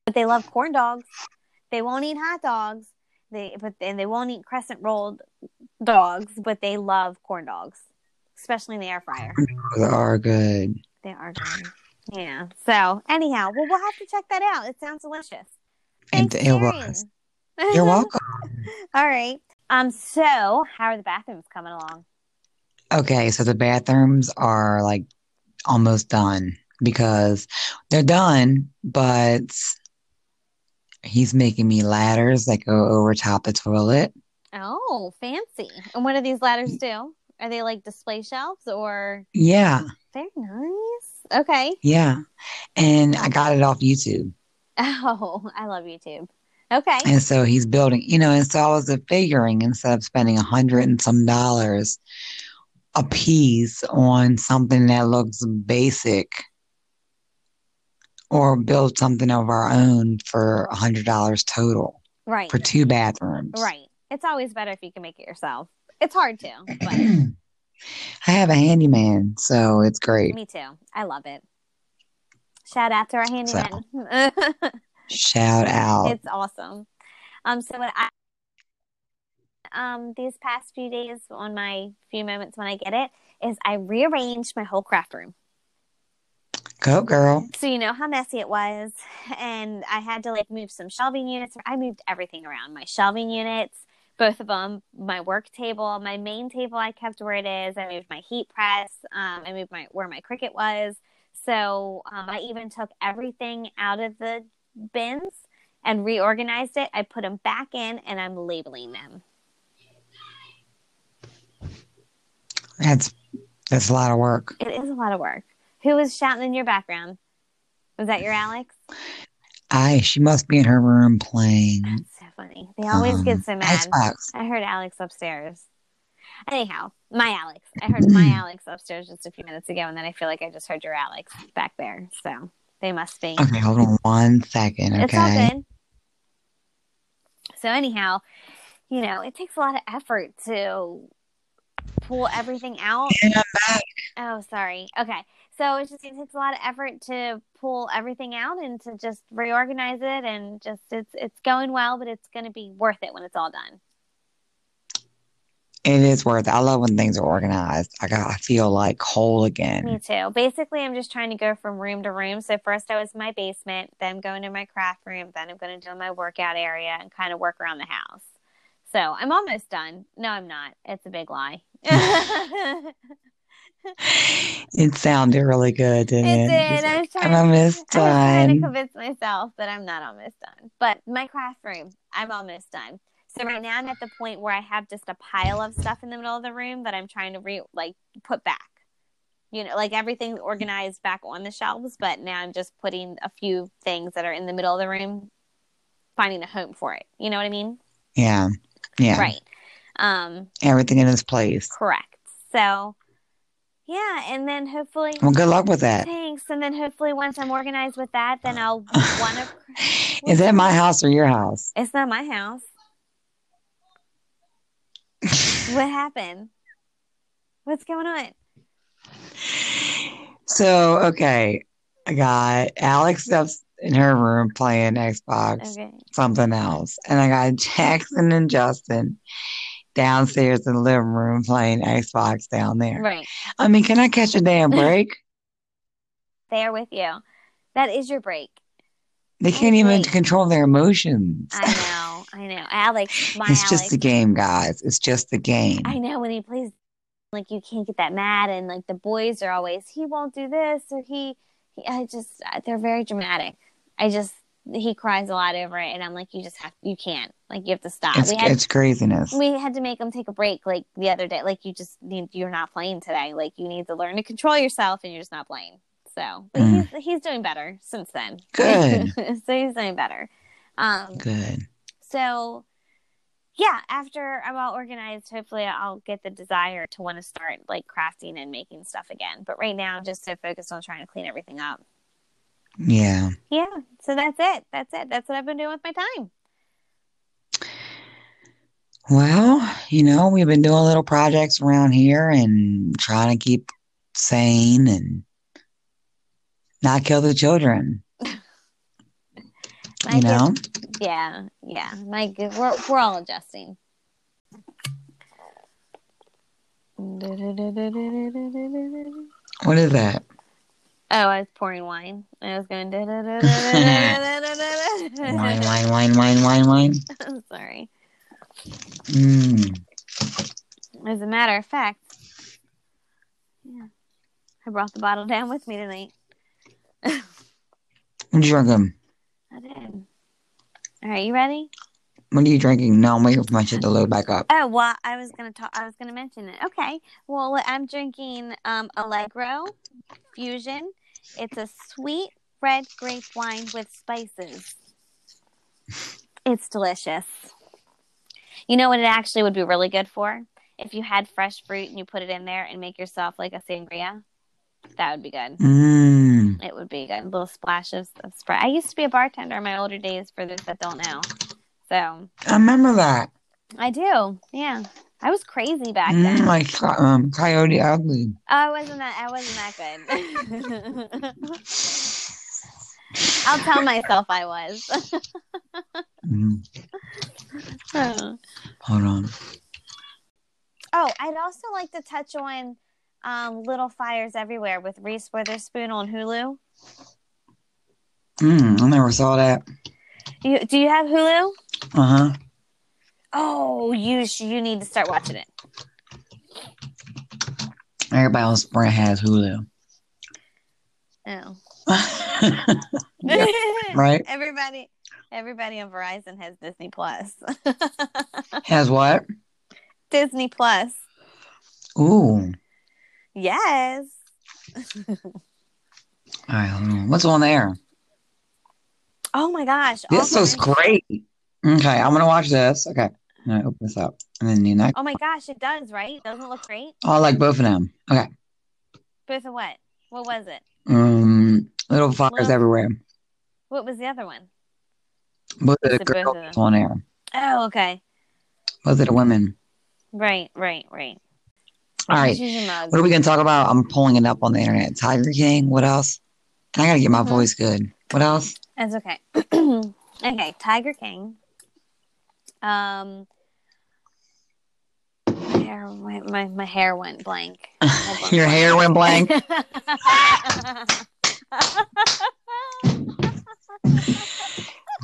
S1: But they love corn dogs. They won't eat hot dogs. They but and they won't eat crescent rolled dogs. But they love corn dogs, especially in the air fryer.
S2: They are good.
S1: They are good. Yeah. So anyhow, well, we'll have to check that out. It sounds delicious.
S2: And
S1: Thanks,
S2: it
S1: Marion.
S2: was.
S1: Mm-hmm.
S2: You're welcome.
S1: (laughs) All right. Um. So, how are the bathrooms coming along?
S2: Okay, so the bathrooms are like almost done because they're done, but he's making me ladders that go over top the toilet.
S1: Oh, fancy! And what do these ladders do? Are they like display shelves or?
S2: Yeah,
S1: Very nice. Okay. (laughs)
S2: yeah. And I got it off YouTube.
S1: Oh, I love YouTube. Okay.
S2: And so he's building, you know, and so I was figuring instead of spending a hundred and some dollars a piece on something that looks basic or build something of our own for a hundred dollars total
S1: Right.
S2: for two bathrooms.
S1: Right. It's always better if you can make it yourself. It's hard to, but
S2: (clears throat) (coughs) I have a handyman, so it's great.
S1: me too. I love it. Shout out to our handyman. (laughs)
S2: Shout out.
S1: it's awesome. Um, so what I um these past few days on my few moments when I get it is I rearranged my whole craft room.
S2: Go, girl.
S1: So you know how messy it was, and I had to like move some shelving units. I moved everything around my shelving units, both of them, my work table, my main table. I kept where it is. I moved my heat press. Um, I moved my where my cricket was. So um, I even took everything out of the bins and reorganized it. I put them back in, and I'm labeling them.
S2: That's that's a lot of work.
S1: It is a lot of work. Who was shouting in your background? Was that your Alex?
S2: I she must be in her room playing
S1: That's so funny. They always
S2: Mm-hmm. um,
S1: get so mad.
S2: Xbox.
S1: I heard Alex upstairs. Anyhow, my Alex. I heard
S2: (clears throat)
S1: my Alex upstairs just a few minutes ago, and then I feel like I just heard your Alex back there. So they must be.
S2: Okay, hold on one second.
S1: It's all
S2: Uh-huh. Okay.
S1: good. So anyhow, you know, it takes a lot of effort to pull everything out.
S2: And I'm back.
S1: Oh, sorry. Okay. So it's just it takes a lot of effort to pull everything out and to just reorganize it and just it's it's going well, but it's gonna be worth it when it's all done.
S2: It is worth it. I love when things are organized. I got I feel like whole
S1: Me
S2: again.
S1: too. Basically, I'm just trying to go from room to room. So first I was in my basement, then I'm going to my craft room, then I'm going to do my workout area and kind of work around the house. So I'm almost done. No, I'm not. It's a big lie. (laughs) it
S2: It sounded really good, didn't it?
S1: did. I was
S2: I'm
S1: trying.
S2: almost
S1: I was trying to
S2: done.
S1: convince myself that I'm not almost done. But my craft room, I'm almost done. So right now I'm at the point where I have just a pile of stuff in the middle of the room that I'm trying to re like put back. You know, like everything organized back on the shelves, but now I'm just putting a few things that are in the middle of the room, finding a home for it. You know what I mean?
S2: Yeah. Yeah.
S1: Right. Um,
S2: Everything in its place.
S1: correct. So yeah, and then hopefully
S2: Well, good luck with that.
S1: thanks. And then hopefully once I'm organized with that, then I'll
S2: (sighs)
S1: want to
S2: Is that my house or your house?
S1: It's not my house. What happened? What's going on?
S2: So, okay. I got Alex up in her room playing Xbox,
S1: Okay.
S2: something else. And I got (laughs) Jackson and Justin downstairs in the living room playing Xbox down there.
S1: Right.
S2: I mean, can I catch a damn break?
S1: There with you. That is your break.
S2: they
S1: I
S2: can't even
S1: agree.
S2: control their emotions.
S1: I know. I know. Alex, my
S2: it's
S1: Alex.
S2: just a game, guys. It's just a game.
S1: I know when he plays, like, you can't get that mad. And, like, the boys are always, he won't do this or he, he I just, uh, they're very dramatic. I just, he cries a lot over it. And I'm like, you just have, you can't. Like, you have to stop.
S2: It's,
S1: we had
S2: it's craziness.
S1: we had to make him take a break like the other day like you just need you're not playing today like you need to learn to control yourself and you're just not playing so but
S2: Mm.
S1: he's, he's doing better since then (laughs)
S2: Good.
S1: so he's doing better um
S2: Good.
S1: so yeah after i'm all organized hopefully i'll get the desire to want to start like crafting and making stuff again but right now i'm just so focused on trying to clean everything up
S2: Yeah.
S1: yeah so that's it that's it that's what i've been doing with my time
S2: Well, you know, we've been doing little projects around here and trying to keep sane and not kill the children.
S1: My
S2: you
S1: kids-
S2: know,
S1: yeah yeah my good we're, we're all adjusting Oh,
S2: what is that?
S1: (laughs) I was pouring wine. I was going.
S2: Wine, wine, wine, wine, wine, wine.
S1: I'm sorry.
S2: Mm.
S1: As a matter of fact, yeah, I brought the bottle (laughs) down with me tonight.
S2: What are you drinking?
S1: I did. All right, you ready?
S2: What are you drinking? No, I'm waiting for my shit to load back up.
S1: Oh well, I was gonna talk. I was gonna mention it. Okay. Well, I'm drinking um, Allegro Fusion. It's a sweet red grape wine with spices. It's delicious. You know what? It actually would be really good for if you had fresh fruit and you put it in there and make yourself like a sangria. That would be good.
S2: Mm.
S1: It would be good. A little splash of, of Sprite. I used to be a bartender in my older days. For those that don't know, so
S2: I remember that.
S1: I do. Yeah. I was crazy back then. Oh,
S2: Mm, like um, Coyote Ugly.
S1: I wasn't that. I wasn't that good. (laughs) I'll tell myself I was. (laughs)
S2: Mm, hold on.
S1: Oh, I'd also like to touch on um, Little Fires Everywhere with Reese Witherspoon on Hulu.
S2: Mm, I never saw that.
S1: You, do you have Hulu?
S2: Uh huh.
S1: Oh, you sh- you need to start watching it.
S2: Everybody else brand has Hulu. (laughs)
S1: Oh. (laughs)
S2: Yeah, right.
S1: Everybody everybody on Verizon has Disney Plus. (laughs)
S2: Has what?
S1: Disney Plus.
S2: Ooh.
S1: Yes.
S2: All right, hold on. What's on there?
S1: Oh my gosh.
S2: This
S1: all
S2: looks
S1: kinds-
S2: great. Okay, I'm gonna watch this. Okay, I'm gonna open this up, and then you know,
S1: Oh my gosh, it does, right? Doesn't it look great?
S2: oh, I like both of them. Okay,
S1: Both of what? What was it?
S2: um, little fires
S1: Little-
S2: everywhere.
S1: What was the other one?
S2: Both of
S1: Is
S2: the
S1: it both of
S2: girls
S1: them?
S2: on there.
S1: Oh, okay.
S2: Both of the women.
S1: Right, right, right.
S2: All right,
S1: She's a mug.
S2: what are we gonna talk about? I'm pulling it up on the internet. Tiger King. What else? I gotta get my
S1: Mhm.
S2: voice good. What else?
S1: That's okay. (clears throat) okay, Tiger King. Um, my hair, my, my, my hair went
S2: (laughs)
S1: blank. Hold on.
S2: Your hair went blank.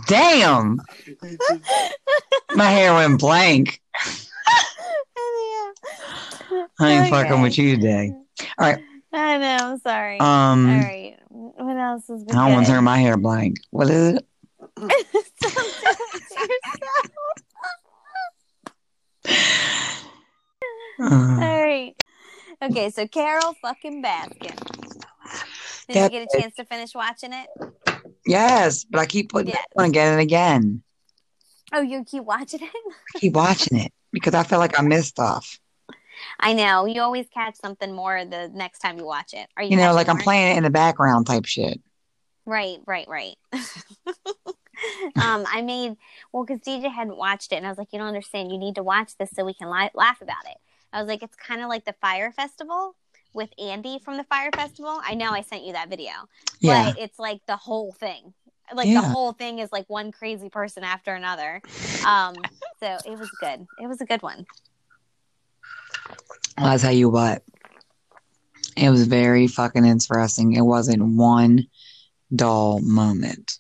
S2: Damn, my hair went blank. I ain't fucking
S1: Okay.
S2: with you today.
S1: (laughs) I know. I'm sorry.
S2: Um,
S1: All right. What else is?
S2: I don't want to turn my hair blank. What is it? Uh,
S1: (laughs) All right. Okay, so Carol fucking Baskin. Did
S2: That-
S1: you get a chance to finish watching it?
S2: yes, but I keep putting
S1: Yes.
S2: it on again and again.
S1: Oh, you keep watching it? (laughs)
S2: keep watching it because I feel like I missed stuff.
S1: I know. You always catch something more the next time you watch it. Are you?
S2: You know,
S1: catching
S2: like I'm
S1: more?
S2: playing it in the background type shit.
S1: Right, right,
S2: (laughs)
S1: right. (laughs) um, I made well because DJ hadn't watched it, and I was like, "You don't understand. You need to watch this so we can li- laugh about it." I was like, "It's kind of like the Fire Festival with Andy from the Fire Festival." I know I sent you that video,
S2: Yeah.
S1: but it's like the whole thing. Like
S2: Yeah.
S1: the whole thing is like one crazy person after another. Um, so it was good. It was a good one.
S2: I'll tell you what. It was very fucking interesting. It wasn't one dull moment.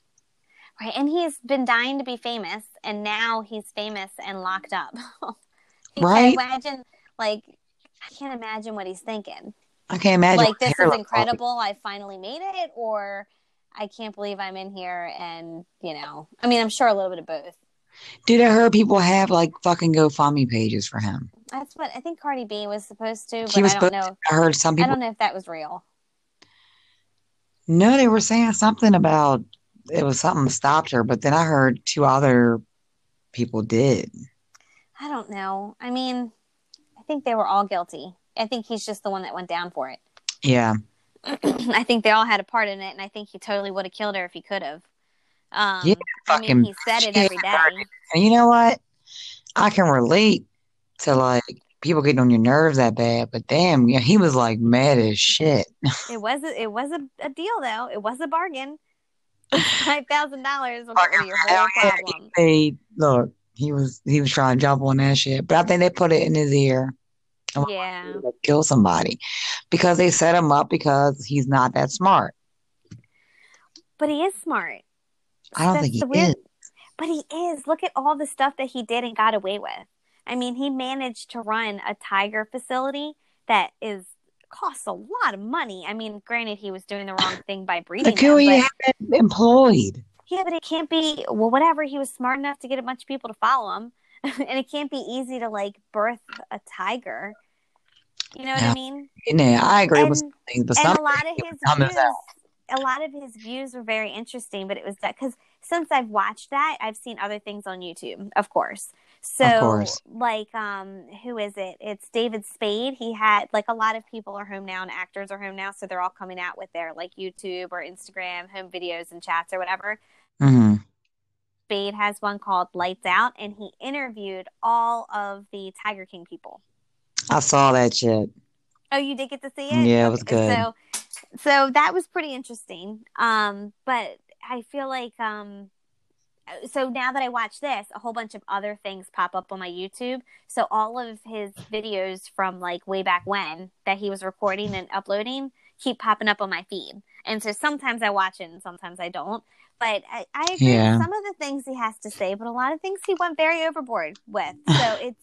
S1: Right. And he's been dying to be famous and now he's famous and locked up. (laughs) You
S2: Right.
S1: Can imagine like I can't imagine what he's thinking.
S2: I can't imagine.
S1: like
S2: what
S1: this
S2: hair
S1: is
S2: looked
S1: incredible. I finally made it or I can't believe I'm in here and you know I mean I'm sure a little bit of both.
S2: like. Dude, I heard people have like fucking GoFundMe pages for him.
S1: That's what I think Cardi B was supposed to, but
S2: She was
S1: I don't
S2: supposed-
S1: know.
S2: I heard some
S1: I
S2: people.
S1: don't know if that was real.
S2: No, they were saying something about it was something stopped her, but then I heard two other people did.
S1: I don't know. I mean, I think they were all guilty. I think he's just the one that went down for it.
S2: Yeah.
S1: (clears throat) I think they all had a part in it, and I think he totally would have killed her if he could have. Um,
S2: Yeah,
S1: I mean,
S2: fucking
S1: he said it
S2: yeah,
S1: every day.
S2: right. And you know what? I can relate to like people getting on your nerves that bad, but damn, yeah, he was like mad as shit.
S1: It was a, it was a, a deal though. It was a
S2: (laughs)
S1: bargain. Five thousand dollars will get rid of your whole
S2: Hell yeah.
S1: problem.
S2: They look, he was he was trying to jump on that shit, but I think they put it in his ear Oh,
S1: Yeah,
S2: to kill somebody because they set him up because he's not that smart.
S1: but he is smart.
S2: I don't
S1: That's
S2: think he
S1: the weird- But he is. Look at all the stuff that he did and got away with. I mean, he managed to run a tiger facility that is costs a lot of money. I mean, granted, he was doing the wrong thing by
S2: is.
S1: breeding
S2: Look who
S1: them,
S2: he
S1: but-
S2: had employed.
S1: Yeah, but it can't be well, whatever. He was smart enough to get a bunch of people to follow him, (laughs) and it can't be easy to like birth a tiger. You know what
S2: Yeah.
S1: I mean?
S2: You know, I agree
S1: And,
S2: with some things, but
S1: and
S2: some
S1: a lot of his
S2: some is
S1: views, a lot of his views were very interesting. But it was that because since I've watched that, I've seen other things on YouTube, of course. So,
S2: course.
S1: like, um, who is it? It's David Spade. He had like a lot of people are home now, and actors are home now, so they're all coming out with their like YouTube or Instagram home videos and chats or whatever
S2: Mhm.
S1: Spade has one called Lights Out, and he interviewed all of the Tiger King people.
S2: I saw that shit.
S1: Oh, you did get to see it.
S2: Yeah, it was
S1: Okay,
S2: good.
S1: So, so that was pretty interesting. Um, but I feel like um, so now that I watch this, a whole bunch of other things pop up on my YouTube. So all of his videos from like way back when that he was recording and uploading keep popping up on my feed. And so sometimes I watch it and sometimes I don't. But I, I agree
S2: Yeah.
S1: with some of the things he has to say, but a lot of things he went very overboard with.
S2: (sighs)
S1: So it's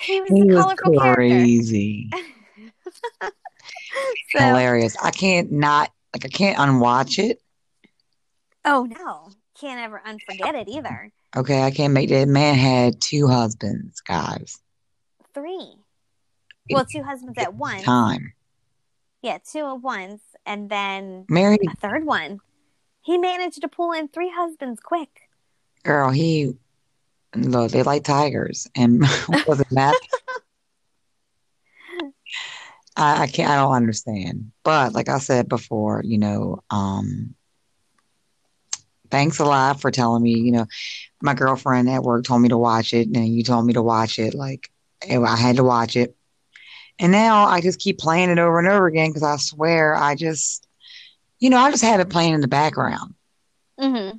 S1: he was
S2: He
S1: a
S2: was
S1: colorful character. (laughs)
S2: crazy,
S1: So
S2: hilarious. I can't not like I can't unwatch it.
S1: Oh no, can't ever unforget it either.
S2: Okay, I can't make that man had two husbands, guys.
S1: Three. Well, two husbands at once.
S2: Time
S1: Yeah, two at once, and then
S2: married
S1: a third one. He managed to pull in three husbands quick.
S2: girl. He look they like tigers, and (laughs) was it that? I, I can't. I don't understand. But like I said before, you know, um, thanks a lot for telling me. You know, my girlfriend at work told me to watch it, and you told me to watch it. Like and I had to watch it, and now I just keep playing it over and over again because I swear I just, you know, I just have it playing in the background
S1: Mm-hmm.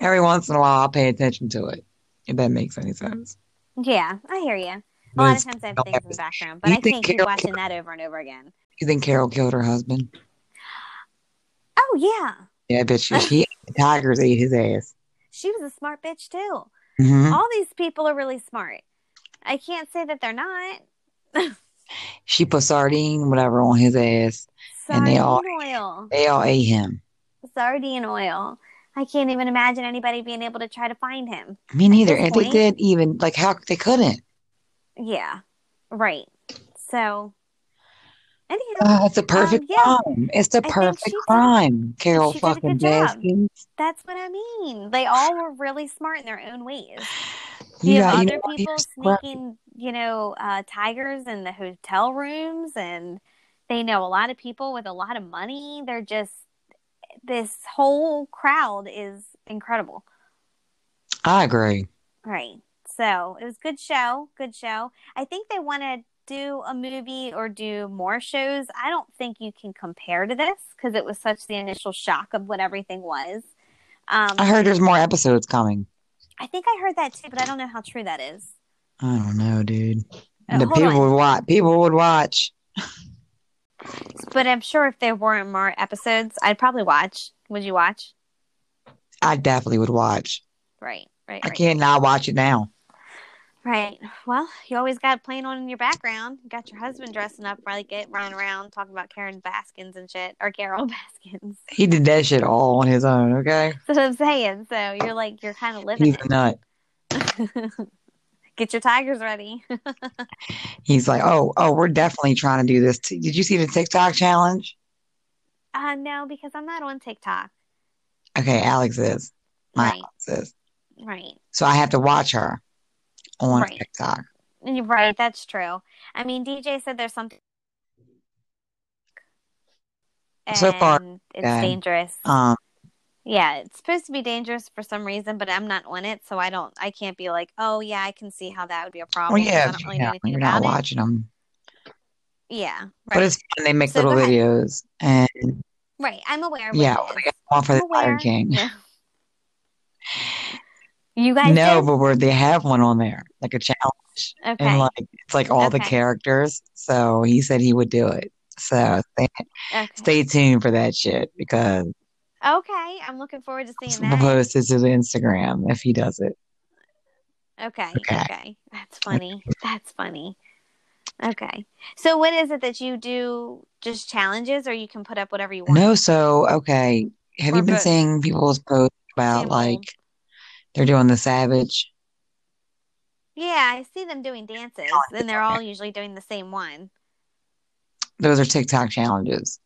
S2: every once in a while. I'll pay attention to it if that makes any sense.
S1: Yeah, I hear you. A
S2: But
S1: lot of
S2: it's-
S1: times I have things in the background, but
S2: You
S1: I
S2: think
S1: think you're
S2: Carol-
S1: watching that over and over again.
S2: you think Carol killed her husband?
S1: Oh yeah,
S2: Yeah, I
S1: (laughs)
S2: bet you. She, the tigers ate his ass.
S1: she was a smart bitch too.
S2: hmm
S1: All these people are really smart. I can't say that they're not.
S2: She put sardine, whatever, on his ass. And they
S1: Sardine
S2: all-
S1: oil.
S2: They all ate him.
S1: Sardine oil. I can't even imagine anybody being able to try to find him.
S2: Me neither.
S1: this
S2: And they
S1: point-
S2: did even like how they couldn't.
S1: Yeah, right. So, anyhow,
S2: Uh, it's a
S1: Um,
S2: perfect
S1: yeah.
S2: crime. It's the
S1: think she
S2: perfect
S1: did-
S2: crime. Carol
S1: she did a
S2: fucking
S1: good job.
S2: Baskins.
S1: that's what I mean. They all were really smart in their own ways. You,
S2: You
S1: have
S2: got- you
S1: other
S2: know what?
S1: people
S2: You're so right.
S1: sneaking, you know, uh, tigers in the hotel rooms, and they know a lot of people with a lot of money. They're just this whole crowd is incredible.
S2: I agree.
S1: Right. So it was good show. Good show. I think they want to do a movie or do more shows. I don't think you can compare to this because it was such the initial shock of what everything was. Um,
S2: I heard there's more episodes coming.
S1: I think I heard that too, but I don't know how true that is.
S2: I don't know, dude.
S1: Uh,
S2: the
S1: hold
S2: people
S1: on.
S2: would watch. People would watch.
S1: But I'm sure if there weren't more episodes, I'd probably watch. Would you watch?
S2: I definitely would watch.
S1: Right. Right.
S2: I
S1: right.
S2: can't not watch it now.
S1: Right. Well, you always got it playing on in your background. You got your husband dressing up, probably get running around talking about Karen Baskins and shit, or Carol (laughs) Baskins.
S2: He did that shit all on his own. Okay,
S1: That's what I'm saying. So you're like you're kind of living
S2: he's a nut.
S1: it. Get your tigers ready. (laughs)
S2: He's like, oh, oh, we're definitely trying to do this. T- did you see the TikTok challenge?
S1: Uh, no, because I'm not on TikTok.
S2: Okay, Alex is. My
S1: Right,
S2: Alex is.
S1: right,
S2: So I have to watch her on
S1: Right.
S2: TikTok.
S1: You're right. That's true. I mean, DJ said there's something.
S2: So far,
S1: And it's
S2: okay.
S1: dangerous.
S2: Um,
S1: Yeah, it's supposed to be dangerous for some reason, but I'm not on it, so I don't. I can't be like, oh yeah, I can see how that would be a
S2: well,
S1: problem. 'cause
S2: yeah,
S1: I don't
S2: you
S1: really
S2: know,
S1: know anything
S2: you're not
S1: about it.
S2: watching them,
S1: Yeah, right,
S2: but it's fun. They make
S1: So go
S2: little
S1: ahead.
S2: videos, and
S1: right. I'm aware. Of
S2: yeah,
S1: what it is.
S2: all for
S1: I'm
S2: the Tiger
S1: aware.
S2: King.
S1: Yeah. You guys
S2: (laughs) no,
S1: did?
S2: but where they have one on there, like a challenge,
S1: Okay.
S2: and like it's like all the
S1: Okay.
S2: characters. So he said he would do it. So stay,
S1: okay.
S2: stay tuned for that shit because
S1: okay. I'm looking forward to seeing
S2: we'll
S1: that.
S2: post it to the Instagram if he does it.
S1: Okay.
S2: Okay.
S1: Okay. That's funny. That's funny. Okay. So what is it that you do just challenges or you can put up whatever you want?
S2: No, so okay. Have
S1: Or
S2: you been
S1: both.
S2: seeing people's posts about
S1: Same
S2: like
S1: old.
S2: they're doing the savage?
S1: Yeah, I see them doing dances and they're all usually doing the same one.
S2: Those are TikTok challenges.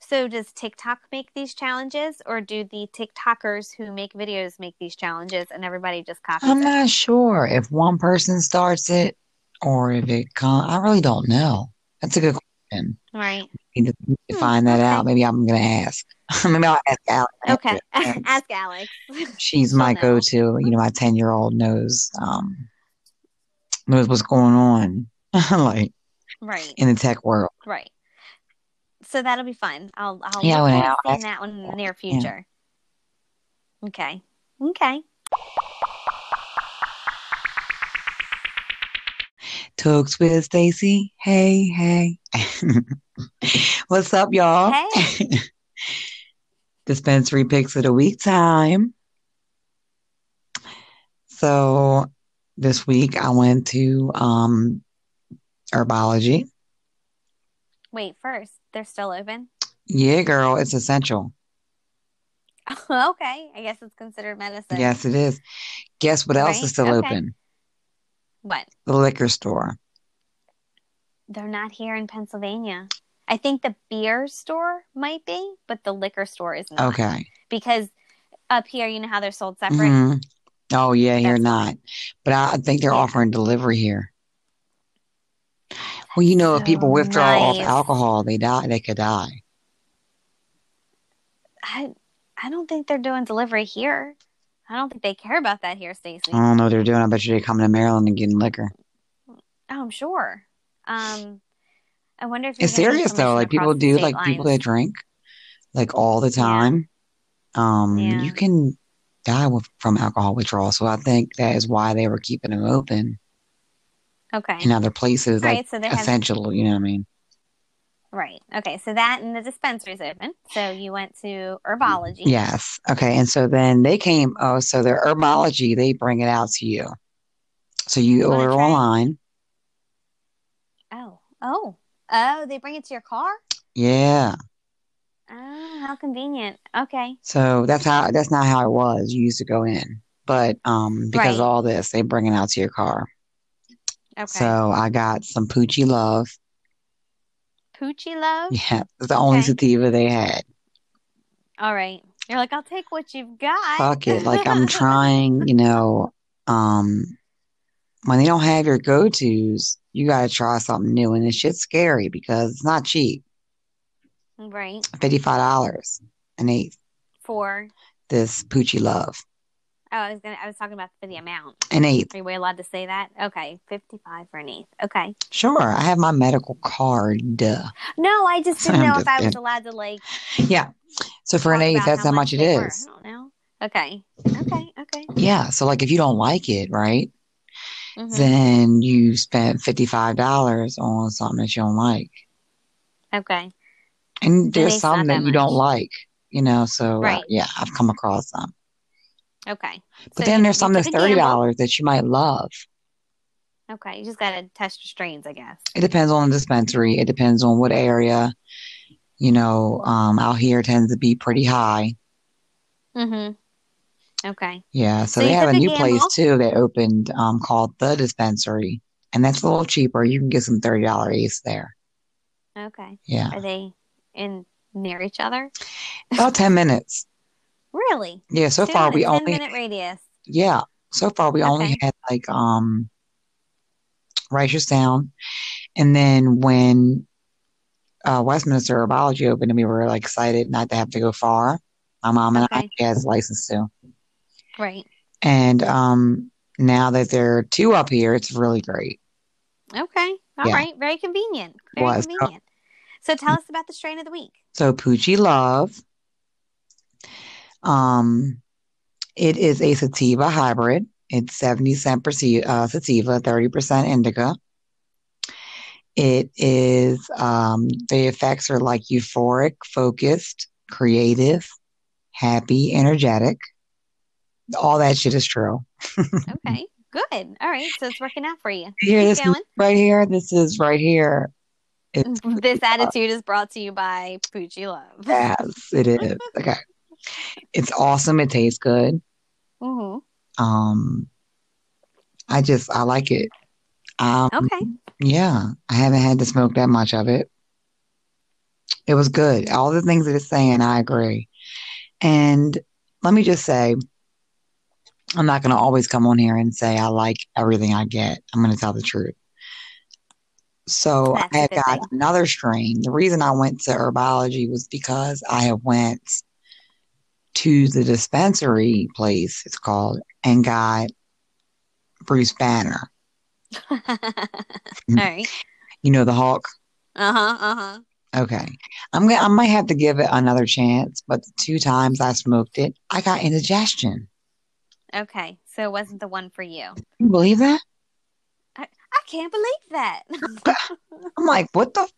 S1: So does TikTok make these challenges or do the TikTokers who make videos make these challenges and everybody just copies
S2: I'm
S1: it?
S2: not sure if one person starts it or if it comes. I really don't know. That's a good question.
S1: Right.
S2: need to, need to
S1: Hmm,
S2: find that
S1: okay.
S2: out. Maybe I'm going to ask. (laughs) Maybe I'll ask Alex.
S1: Okay.
S2: Yeah.
S1: (laughs) Ask Alex.
S2: She's my
S1: She'll know.
S2: go to. You know, my 10 year old knows, um, knows what's going on, (laughs) like
S1: (laughs) right.
S2: in the tech world.
S1: Right. So that'll be fun. I'll I'll
S2: Yeah,
S1: look
S2: when
S1: forward to
S2: I-
S1: seeing that one in the near future. Okay. Okay.
S2: Talks with Stacy. Hey, hey. (laughs) What's up, y'all?
S1: Hey.
S2: Dispensary picks of the week time. So this week I went to um herbology.
S1: Wait, first, they're still open. (laughs)
S2: Yeah, girl, it's essential.
S1: okay. I guess it's considered medicine.
S2: Yes, it is. Guess what else
S1: Right,
S2: is still
S1: okay.
S2: open?
S1: What?
S2: The liquor store.
S1: They're not here in Pennsylvania. I think the beer store might be, but the liquor store is not.
S2: Okay.
S1: Because up here, you know how they're sold separate.
S2: Mhm. Oh yeah, here
S1: That's
S2: not. But I I think they're
S1: Yeah.
S2: offering delivery here. Well, you know, if people
S1: So
S2: withdraw off
S1: nice.
S2: alcohol, they die. They could die.
S1: I I don't think they're doing delivery here. I don't think they care about that here, Stacey.
S2: I don't know what they're doing. I bet you they're coming to Maryland and getting liquor.
S1: Oh, I'm sure. Um, I wonder if
S2: It's
S1: there's any
S2: serious
S1: permission
S2: though. Like people
S1: across the
S2: do,
S1: state
S2: like people that
S1: lines.
S2: drink, like all the
S1: Yeah.
S2: time. Um,
S1: Yeah.
S2: you can die with, from alcohol withdrawal. So I think that is why they were keeping them open
S1: Okay.
S2: in other places,
S1: All
S2: like
S1: right. So they have
S2: essential. You know what I mean?
S1: right. Okay. So that and the dispensary's open. So you went to herbology.
S2: Yes. Okay. And so then they came. Oh, so their herbology, they bring it out to you. So you
S1: You wanna
S2: order
S1: try it?
S2: online.
S1: Oh. Oh. Oh. They bring it to your car.
S2: Yeah.
S1: Oh, how convenient. Okay.
S2: So that's how. That's not how it was. You used to go in, but um, because
S1: Right.
S2: of all this, they bring it out to your car.
S1: Okay.
S2: So I got some Poochie Love. (laughs)
S1: Poochie love.
S2: Yeah, it's the only
S1: Okay.
S2: sativa they had.
S1: All right. You're like, I'll take what you've got. (laughs)
S2: Fuck it. Like I'm trying, you know, um when they don't have your go tos, you gotta try something new. And this shit's scary because it's not cheap.
S1: right.
S2: Fifty five dollars an eighth,
S1: For
S2: this Poochie Love.
S1: oh, I was gonna. I was talking about for the amount.
S2: An eighth.
S1: Are we allowed to say that? Okay, fifty-five for an eighth. Okay.
S2: Sure. I have my medical card. Duh.
S1: No, I just didn't
S2: I'm
S1: know if
S2: just
S1: I was
S2: kidding.
S1: allowed to like.
S2: Yeah. So for an
S1: talk
S2: eighth,
S1: about
S2: that's how much it
S1: they
S2: is.
S1: were. I don't know. Okay. Okay. Okay.
S2: Yeah. So like if you don't like it, right?
S1: Mhm.
S2: Then you spent fifty five dollars on something that you don't like.
S1: Okay.
S2: And there's
S1: it's not
S2: some that,
S1: that
S2: you don't
S1: much.
S2: like, you know. So uh,
S1: Right.
S2: yeah, I've come across some.
S1: Okay.
S2: But
S1: So
S2: then
S1: you-
S2: there's
S1: you
S2: some that's
S1: took a gamble.
S2: thirty dollars that you might love.
S1: Okay. You just gotta test your strains, I guess.
S2: It depends on the dispensary. It depends on what area. You know, um, out here tends to be pretty high.
S1: Mm-hmm. Okay.
S2: Yeah,
S1: So
S2: so, they
S1: you
S2: have a
S1: took a
S2: new place
S1: gamble.
S2: too that opened um, called the Dispensary, and that's a little cheaper. You can get some thirty dollar ace there.
S1: Okay. (laughs)
S2: Yeah,
S1: Are they in near each other?
S2: about ten minutes.
S1: Really?
S2: Yeah, so
S1: Two
S2: far
S1: in a
S2: we
S1: ten
S2: only
S1: minute radius.
S2: yeah so far we only
S1: Okay.
S2: had like um, Righteous Sound, and then when uh, Westminster Herbology opened, and we were like excited not to have to go far. My mom and
S1: Okay.
S2: I she has a license too,
S1: Right.
S2: and um, now that there are two up here, it's really great.
S1: Okay. All right.
S2: Yeah.
S1: Very convenient. Very
S2: Was.
S1: convenient. So tell us about the strain of the
S2: (laughs)
S1: week.
S2: So Poochie Love, um, it is a sativa hybrid. It's seventy percent uh, sativa, thirty percent indica. It is um, the effects are like euphoric, focused, creative, happy, energetic. All that shit is true.
S1: Okay. Good. All right. So it's working out for you.
S2: Here,
S1: Keep
S2: this
S1: going.
S2: right here. This is right here. It's (laughs)
S1: (laughs) This attitude is brought to you by Poochie Love.
S2: yes, it is. Okay, it's awesome. It tastes good.
S1: (laughs) hmm
S2: Um, I just I like it. Um,
S1: Okay.
S2: yeah, I haven't had to smoke that much of it. It was good. All the things that it's saying, I agree. And let me just say, I'm not going to always come on here and say I like everything I get. I'm going to tell the truth. So
S1: That's a
S2: I have
S1: good
S2: got
S1: thing.
S2: another strain. The reason I went to herbology was because I have went to the dispensary place, it's called, and got Bruce Banner.
S1: All
S2: Mm-hmm.
S1: right.
S2: You know the Hulk?
S1: Uh huh. Uh huh.
S2: Okay. I'm gonna I might have to give it another chance, but the two times I smoked it, I got indigestion.
S1: Okay. So it wasn't the one for you.
S2: Can you believe that?
S1: I can't believe that. (laughs)
S2: I'm like, what the? f-"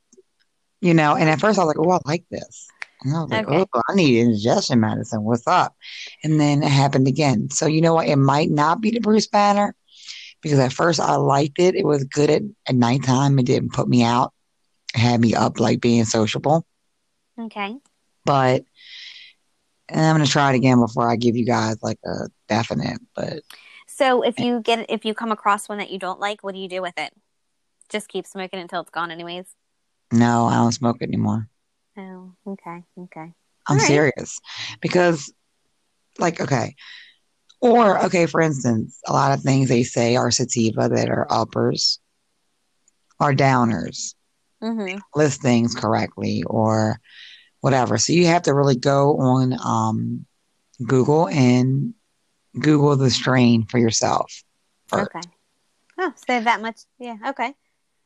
S2: You know, and at first I was like, oh, I like this. And I was like,
S1: Okay.
S2: oh, I need indigestion medicine. What's up? And then it happened again. So, you know what? It might not be the Bruce Banner because at first I liked it. It was good at, at nighttime. It didn't put me out, it had me up like being sociable.
S1: okay.
S2: But and I'm going to try it again before I give you guys like a definite. But
S1: So if you get if you come across one that you don't like, what do you do with it? Just keep smoking until it's gone, anyways.
S2: no, I don't smoke anymore.
S1: Oh, okay, okay.
S2: I'm
S1: All right.
S2: serious because, like, okay, or okay, for instance, a lot of things they say are sativa that are uppers or downers,
S1: Mm-hmm.
S2: list things correctly or whatever. So you have to really go on um, Google and Google the strain for yourself first.
S1: Okay. Oh, so that much? Yeah. Okay.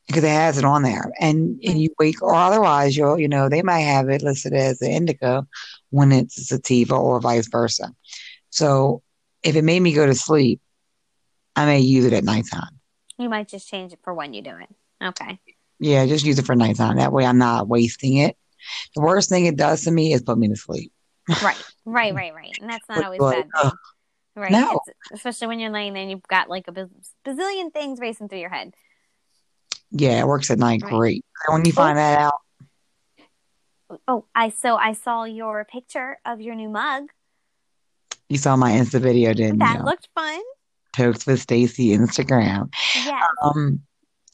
S2: because it has it on there, and and you wake or otherwise you'll you know they might have it listed as an indica when it's a sativa or vice versa. So if it made me go to sleep, I may use it at nighttime.
S1: You might just change it for when you do it. Okay.
S2: Yeah, just use it for nighttime. That way I'm not wasting it. The worst thing it does to me is put me to sleep.
S1: Right. Right. Right. Right. And that's not
S2: But,
S1: always
S2: like,
S1: bad.
S2: uh,
S1: Thing. Right.
S2: no.
S1: It's, especially when you're laying there and you've got like a baz- bazillion things racing through your head.
S2: Yeah, it works at night.
S1: Right.
S2: Great. And when you find that out,
S1: Oh, I so I saw your picture of your new mug.
S2: you saw my Insta video, didn't
S1: That
S2: you?
S1: looked fun.
S2: Tokes with Stacy Instagram.
S1: Yeah.
S2: Um,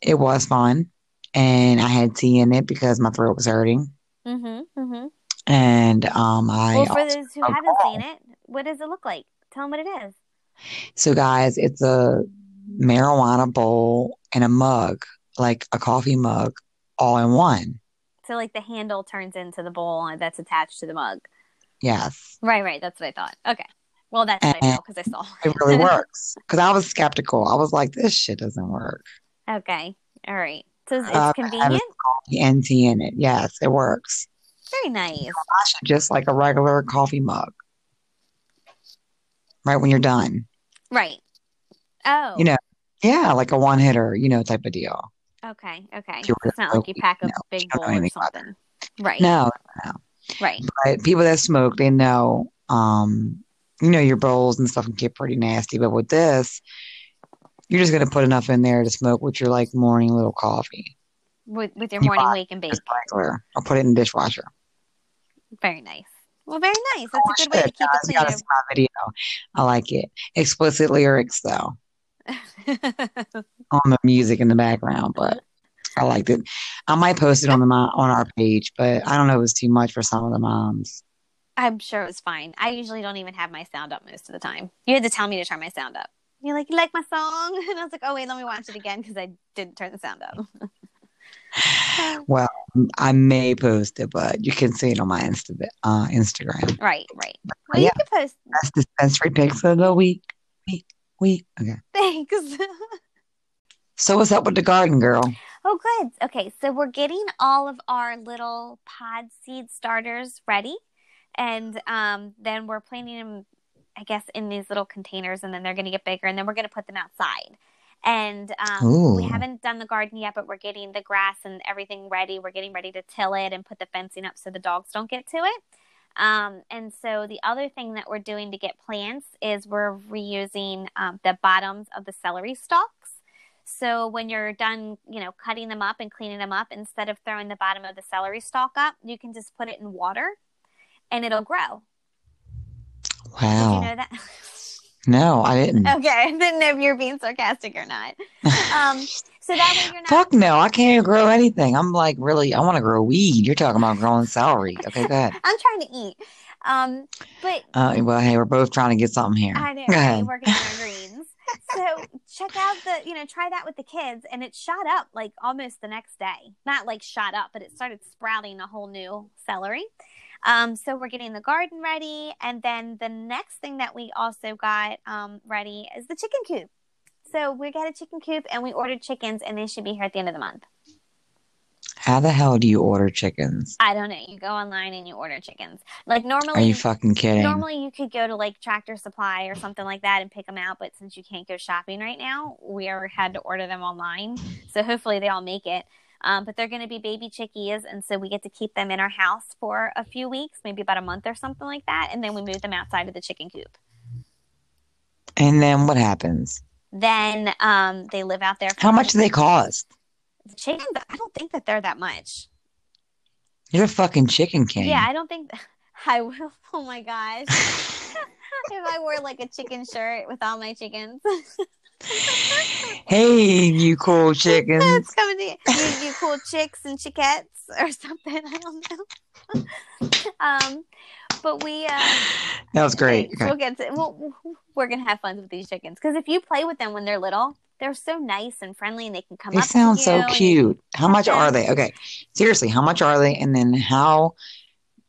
S2: it was fun, and I had tea in it because my throat was hurting,
S1: Mhm. Mhm.
S2: and um, I
S1: Well, for those who
S2: I'm
S1: haven't seen it, what does it look like? Tell them what it is.
S2: so guys, it's a marijuana bowl and a mug, like a coffee mug, all in one.
S1: So, like the handle turns into the bowl that's attached to the mug.
S2: Yes,
S1: Right, right. That's what I thought. Okay. Well, that's what I know because I saw.
S2: (laughs) it
S1: (laughs)
S2: really works. Because I was skeptical. I was like, this shit doesn't work.
S1: Okay. All right. So it's
S2: Uh,
S1: convenient.
S2: The NT in it, yes, it works.
S1: Very nice.
S2: I should just like a regular coffee mug. Right when you're done,
S1: Right. Oh.
S2: you know, yeah, like a one hitter, you know, type of deal.
S1: Okay. Okay.
S2: You're
S1: It's not like you pack a
S2: no,
S1: big
S2: don't know
S1: bowl or
S2: anything about
S1: something. Right.
S2: No,
S1: Right.
S2: but people that smoke, they know, um, you know, your bowls and stuff can get pretty nasty. But with this, you're just gonna put enough in there to smoke with your like morning little coffee,
S1: With with your
S2: You
S1: morning
S2: buy-
S1: wake and bake.
S2: just regular. I'll put it in the dishwasher.
S1: Very nice. Well, very nice. That's a good way
S2: Shit,
S1: to keep
S2: guys, you gotta
S1: it
S2: see my video. I like it. Explicit lyrics
S1: (laughs)
S2: though
S1: cleaner.
S2: on the music in the background, but I liked it. I might post it on the mo- on our page, but I don't know. It was too much for some of the moms.
S1: I'm sure it was fine. I usually don't even have my sound up most of the time. You had to tell me to turn my sound up. You're like, you like my song? (laughs) And I was like, oh, wait, let me watch it again because I didn't turn the sound up.
S2: Well, I may post it, but you can see it on my Insta- uh, Instagram.
S1: right, right. Well,
S2: Oh, yeah.
S1: you can post. (laughs)
S2: That's dispensary picks of the week. Week, week. Okay.
S1: Thanks.
S2: So what's up with the garden girl?
S1: oh, good. Okay, so we're getting all of our little pod seed starters ready. And um, then we're planting them, I guess, in these little containers. And then they're going to get bigger. And then we're going to put them outside. And um, we
S2: Ooh.
S1: haven't done the garden yet, but we're getting the grass and everything ready. We're getting ready to till it and put the fencing up so the dogs don't get to it. Um, and so the other thing that we're doing to get plants is we're reusing um, the bottoms of the celery stalks. So when you're done, you know, cutting them up and cleaning them up, instead of throwing the bottom of the celery stalk up, you can just put it in water and it'll grow. Did you
S2: Wow.
S1: know that? (laughs)
S2: No, I didn't.
S1: okay, I didn't know if you were being sarcastic or
S2: (laughs)
S1: not. Um, so that way you're not
S2: Fuck no, I can't even grow anything. I'm like really I want to grow weed. You're talking about growing celery. Okay,
S1: (laughs)
S2: go ahead.
S1: I'm trying to eat. Um, but
S2: Uh, well, hey, we're both trying to get something here.
S1: I know
S2: Go
S1: right?
S2: ahead.
S1: working on our greens. so check out the you know try that with the kids and it shot up like almost the next day not like shot up but it started sprouting a whole new celery um, so we're getting the garden ready and then the next thing that we also got um, ready is the chicken coop so we got a chicken coop and we ordered chickens and they should be here at the end of the month
S2: How the hell do you order chickens?
S1: i don't know you go online and you order chickens like
S2: Are
S1: normally
S2: you fucking kidding?
S1: Normally, you could go to like Tractor Supply or something like that and pick them out, but since you can't go shopping right now, we are had to order them online. So hopefully, they all make it. Um, but they're going to be baby chickies, and so we get to keep them in our house for a few weeks, maybe about a month or something like that, and then we move them outside of the chicken coop.
S2: and then what happens?
S1: Then um, they live out there. For
S2: How much do they cost?
S1: The chickens? I don't think that they're that much.
S2: You're a fucking chicken king.
S1: Yeah, I don't think (laughs) I will. Oh my gosh! if I wore like a chicken shirt with all my chickens.
S2: (laughs)
S1: (laughs)
S2: hey, you cool chickens.
S1: (laughs) That's coming to you. You, you cool chicks and chiquettes (laughs) or something. I don't know. (laughs) um, but we uh,
S2: That was great.
S1: thanks.
S2: Okay.
S1: We'll get to, we'll, we're gonna have fun with these chickens because if you play with them when they're little, they're so nice and friendly, and they can come
S2: They
S1: up. to
S2: sound so
S1: you.
S2: cute. How much
S1: them.
S2: are they? Okay. Seriously, how much are they? And then how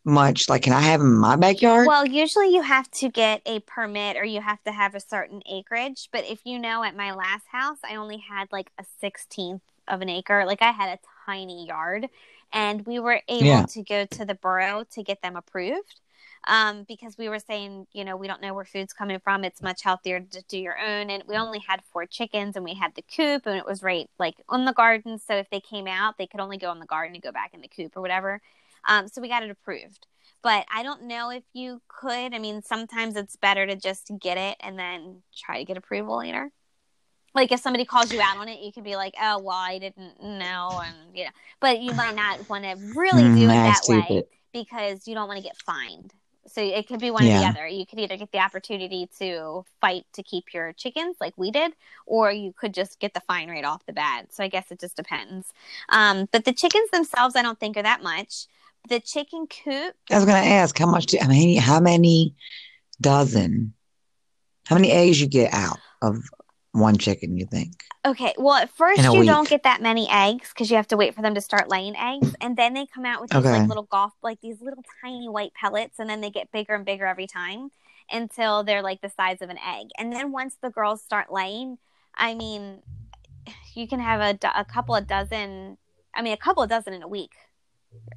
S2: much, like, can I have them in my backyard?
S1: Well, usually you have to get a permit or you have to have a certain acreage. But if you know, at my last house, I only had like a sixteenth of an acre. Like I had a tiny yard, and we were able
S2: Yeah.
S1: to go to the borough to get them approved. Um, because we were saying, you know, we don't know where food's coming from. It's much healthier to do your own. And we only had four chickens and we had the coop and it was right like on the garden. So if they came out, they could only go in the garden and go back in the coop or whatever. Um, so we got it approved but I don't know if you could. I mean, sometimes it's better to just get it and then try to get approval later. Like if somebody calls you out on it, you can be like, "Oh, well, I didn't know," and you know. But you might not want to really
S2: Mm,
S1: do it that
S2: that's
S1: way
S2: stupid.
S1: because you don't want to get fined. So it could be one or the
S2: Yeah.
S1: other. You could either get the opportunity to fight to keep your chickens, like we did, or you could just get the fine right off the bat. So I guess it just depends. Um, but the chickens themselves, I don't think are that much. The chicken coop
S2: I was going to ask, how much, do, I mean, how many dozen, how many eggs you get out of one chicken, you think?
S1: Okay, well, at first
S2: In a
S1: you don't
S2: week.
S1: get that many eggs because you have to wait for them to start laying eggs, and then they come out with these
S2: Okay.
S1: like little golf, like these little tiny white pellets, and then they get bigger and bigger every time until they're like the size of an egg. And then once the girls start laying, I mean, you can have a, do- a couple of dozen. I mean, a couple of dozen in a week.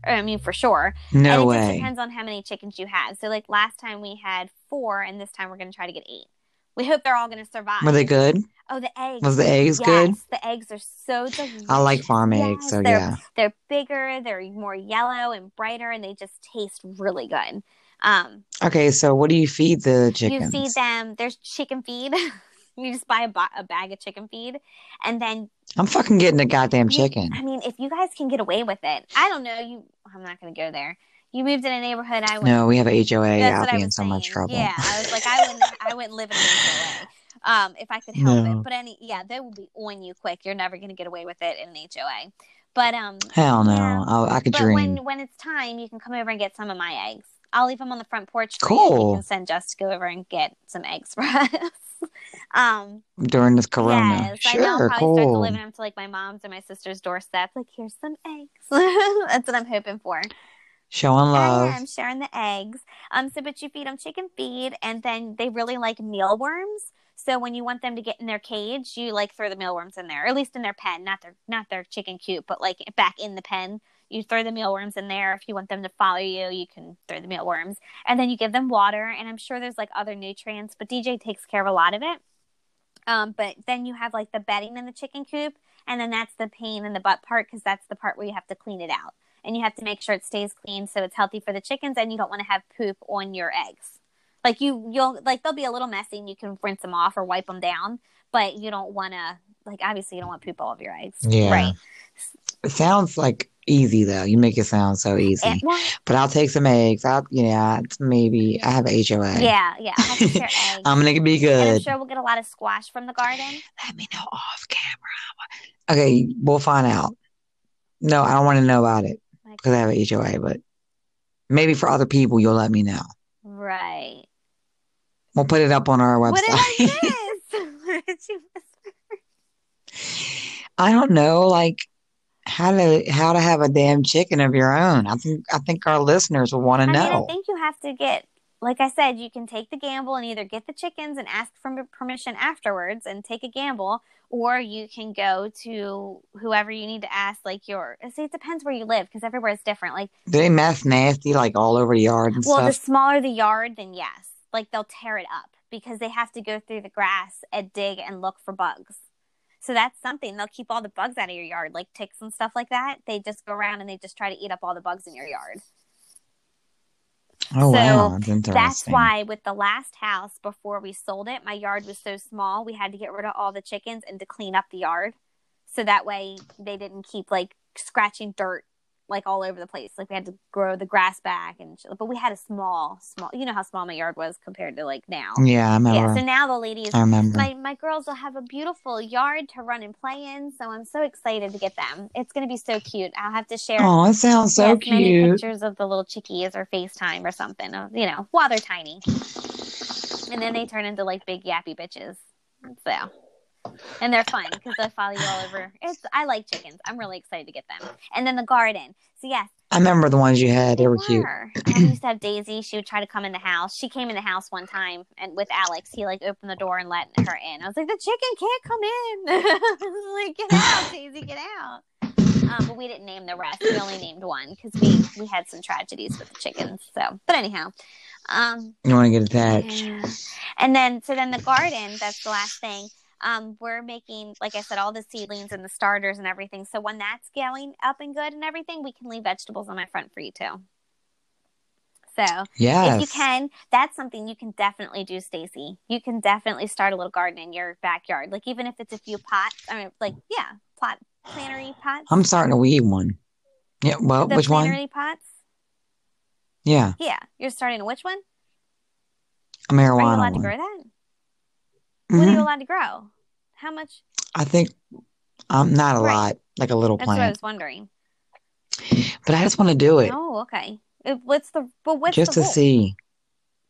S1: I mean, for sure. and
S2: No
S1: it just
S2: way.
S1: depends on how many chickens you have. So, like last time we had four, and this time we're going to try to get eight. We hope they're all going to survive.
S2: Were they good?
S1: Oh, the eggs.
S2: Was the eggs
S1: yes,
S2: good?
S1: the eggs are so delicious.
S2: I like farm
S1: Yes,
S2: eggs, so
S1: they're,
S2: yeah.
S1: They're bigger, they're more yellow and brighter, and they just taste really good. Um,
S2: Okay, so what do you feed the
S1: you
S2: chickens?
S1: feed them. There's chicken feed. (laughs) you just buy a, bo- a bag of chicken feed, and then
S2: I'm fucking getting a goddamn
S1: you-
S2: chicken.
S1: I mean, if you guys can get away with it, I don't know. You, I'm not going to go there. You moved in a neighborhood. (laughs) I would
S2: No, we have a HOA.
S1: That's
S2: I'll
S1: what I
S2: be
S1: was
S2: in so
S1: saying.
S2: much trouble.
S1: Yeah, I was like, I wouldn't, I wouldn't live in an HOA um, if I could help
S2: No.
S1: it. But any, yeah, they will be on you quick. You're never going to get away with it in an HOA. But um,
S2: Hell no.
S1: Yeah.
S2: I, I could
S1: but
S2: dream.
S1: when when it's time, you can come over and get some of my eggs. I'll leave them on the front porch. For You.
S2: Cool.
S1: you can send Jess to go over and get some eggs (laughs) for us. um,
S2: During this corona.
S1: yes, I know. I'll probably
S2: sure,
S1: start
S2: cool.
S1: delivering them to like my mom's or my sister's doorstep. Like, here's some eggs. (laughs) That's what I'm hoping for.
S2: Showing
S1: I
S2: love.
S1: am sharing the eggs. Um, so but you feed them chicken feed, and then they really like mealworms. So when you want them to get in their cage, you like throw the mealworms in there, or at least in their pen, not their not their chicken coop, but like back in the pen. You throw the mealworms in there. If you want them to follow you, you can throw the mealworms, and then you give them water. And I'm sure there's like other nutrients, but DJ takes care of a lot of it. Um, but then you have like the bedding in the chicken coop, and then that's the pain in the butt part because that's the part where you have to clean it out and you have to make sure it stays clean so it's healthy for the chickens and you don't want to have poop on your eggs. Like you, you'll like they'll be a little messy and you can rinse them off or wipe them down, but you don't want to like obviously you don't want poop all of your eggs,
S2: Yeah.
S1: right?
S2: It sounds like easy though. You make it sound so easy.
S1: And- well,
S2: but I'll take some eggs. I'll yeah, it's maybe I have a HOA.
S1: yeah, yeah. I'll have to share eggs.
S2: (laughs) I'm gonna be
S1: and I'm
S2: good.
S1: sure we'll get a lot of squash from the garden.
S2: Let me know off camera. Okay, we'll find out. No, I don't want to know about it
S1: Like,
S2: because I have a HOA, but maybe for other people you'll let me know.
S1: right.
S2: We'll put it up on our website.
S1: What did I miss? (laughs) What did
S2: I don't know, like how to how to have a damn chicken of your own. I think I think our listeners will want to
S1: I mean,
S2: know.
S1: I think you have to get, like I said, you can take the gamble and either get the chickens and ask for permission afterwards and take a gamble, or you can go to whoever you need to ask, like your. See, it depends where you live because everywhere is different. Like,
S2: Do they mess nasty like all over the yard and
S1: well, the
S2: stuff?
S1: smaller the yard, then yes, like they'll tear it up because they have to go through the grass and dig and look for bugs. So that's something they'll keep all the bugs out of your yard, like ticks and stuff like that. They just go around and they just try to eat up all the bugs in your yard. so
S2: oh wow, that's interesting.
S1: That's why with the last house before we sold it, my yard was so small we had to get rid of all the chickens and to clean up the yard. So that way they didn't keep like scratching dirt like all over the place. Like we had to grow the grass back and shit. but we had a small small you know how small my yard was compared to like now.
S2: Yeah, I remember.
S1: Yeah, so now the ladies
S2: I remember.
S1: my my girls will have a beautiful yard to run and play in, so I'm so excited to get them. It's going to be so cute. I'll have to share
S2: oh, it sounds so
S1: yes, many
S2: cute.
S1: pictures of the little chickies or FaceTime or something, of, you know, while they're tiny. And then they turn into like big yappy bitches. So, and they're fun because they follow you all over. It's I like chickens. I'm really excited to get them. And then the garden. So yes,
S2: I remember the ones you had. They were cute. (clears throat)
S1: her. I used to have Daisy. She would try to come in the house. She came in the house one time and with Alex, he like opened the door and let her in. I was like, the chicken can't come in. (laughs) I was like, get out, Daisy, get out. Um, but we didn't name the rest. We only named one because we we had some tragedies with the chickens. So, but anyhow, um,
S2: You want to get attacked?
S1: yeah. And then, so then the garden, that's the last thing. Um, we're making, like I said, all the seedlings and the starters and everything. So when that's going up and good and everything, we can leave vegetables on my front for you too. So
S2: Yes.
S1: if you can, that's something you can definitely do, Stacy. You can definitely start a little garden in your backyard. Like even if it's a few pots, I mean, like yeah, plot plantery pots.
S2: I'm starting to weed one. Yeah. Well,
S1: the
S2: which one?
S1: plantery pots.
S2: Yeah,
S1: Yeah, you're starting which one? Are
S2: a
S1: you
S2: marijuana
S1: allowed
S2: one.
S1: to grow that? What are
S2: Mhm.
S1: you allowed to grow? How much?
S2: I think I'm um, not a
S1: Right.
S2: lot, like a little
S1: That's what I
S2: plant,
S1: was wondering.
S2: but I just want to do it
S1: Oh, okay. It, what's the but what's
S2: just
S1: the
S2: to
S1: rule?
S2: see.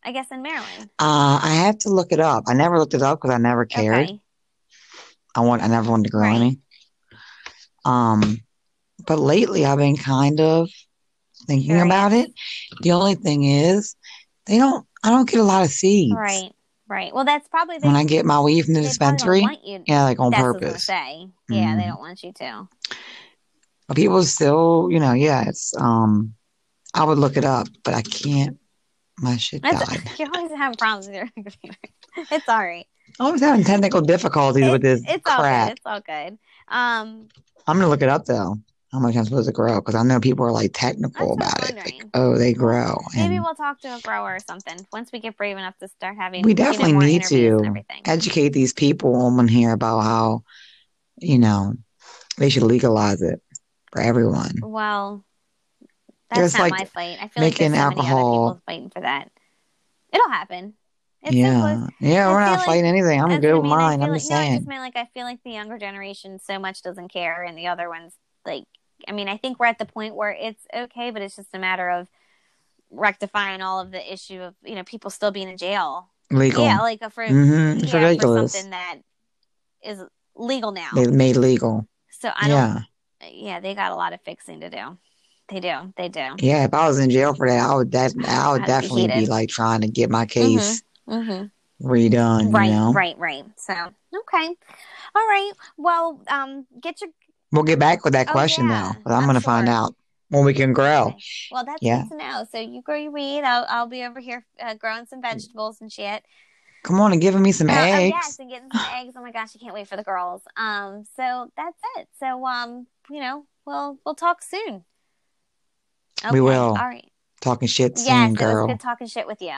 S1: I guess in Maryland.
S2: Uh, I have to look it up. I never looked it up because I never cared.
S1: Okay.
S2: I want I never wanted to grow
S1: Right.
S2: any. Um, but lately I've been kind of thinking
S1: Curious.
S2: about it. The only thing is, they don't. I don't get a lot of seeds
S1: Right. Right. Well, that's probably the,
S2: when I get my weed from the
S1: they probably
S2: dispensary.
S1: don't want you.
S2: Yeah, like on
S1: that's what I was
S2: purpose.
S1: gonna say. Yeah, they
S2: Mhm.
S1: don't want you to.
S2: But people still, you know, yeah, it's. Um, I would look it up, but I can't. My shit
S1: That's,
S2: died.
S1: (laughs) You're always having problems with your (laughs) computer. It's all right.
S2: I was having technical difficulties with this
S1: It's all
S2: crap.
S1: good. It's all good. Um,
S2: I'm gonna look it up though. How much I'm supposed to grow because I know people are like
S1: That's
S2: technical
S1: what I'm
S2: about it. Like,
S1: wondering.
S2: oh, they grow,
S1: maybe
S2: and
S1: we'll talk to a grower or something once we get brave enough to start having.
S2: we
S1: you know,
S2: definitely
S1: more
S2: need
S1: interviews and
S2: to
S1: everything.
S2: educate these people on here about how you know they should legalize it for everyone.
S1: Well,
S2: It's
S1: that's not
S2: like
S1: my fight. I feel like there's
S2: making
S1: so many other
S2: alcohol-
S1: people fighting for that. It'll happen. It's so close.
S2: yeah, yeah,
S1: I
S2: we're
S1: feel
S2: not
S1: like-
S2: fighting anything. I'm
S1: That's
S2: good
S1: what I
S2: with
S1: mean. I
S2: mine.
S1: feel
S2: I'm
S1: like
S2: just
S1: no, I just
S2: saying.
S1: mean like I feel like the younger generation so much doesn't care, and the other ones like I mean I think we're at the point where it's okay, but it's just a matter of rectifying all of the issue of you know people still being in jail.
S2: Legal.
S1: Yeah, like uh, for
S2: mm-hmm. It's
S1: yeah for
S2: ridiculous.
S1: something that is legal now.
S2: They made legal.
S1: so I don't.
S2: Yeah,
S1: Yeah, they got a lot of fixing to do. They do. They do.
S2: yeah. If I was in jail for that, I would. That I would
S1: I'd be
S2: definitely be
S1: heated.
S2: like trying to get my case
S1: Mm-hmm.
S2: redone.
S1: Right,
S2: You know.
S1: right, right. So okay, all right. Well, um, get your
S2: We'll get back with that
S1: Oh,
S2: question
S1: yeah,
S2: though, but I'm,
S1: I'm
S2: gonna find
S1: sure.
S2: out when we can grow.
S1: Okay. Well, that's
S2: Yeah.
S1: good to know. So you grow your weed. I'll, I'll be over here uh, growing some vegetables and shit.
S2: Come on and give me Mm. some
S1: Uh, oh,
S2: eggs.
S1: yes, and getting
S2: (sighs)
S1: some eggs. Oh my gosh, I can't wait for the girls. Um, so that's it. So um, you know, we'll we'll talk soon.
S2: We will.
S1: All right.
S2: Talking shit soon,
S1: yes, it was
S2: girl.
S1: good talking shit with you.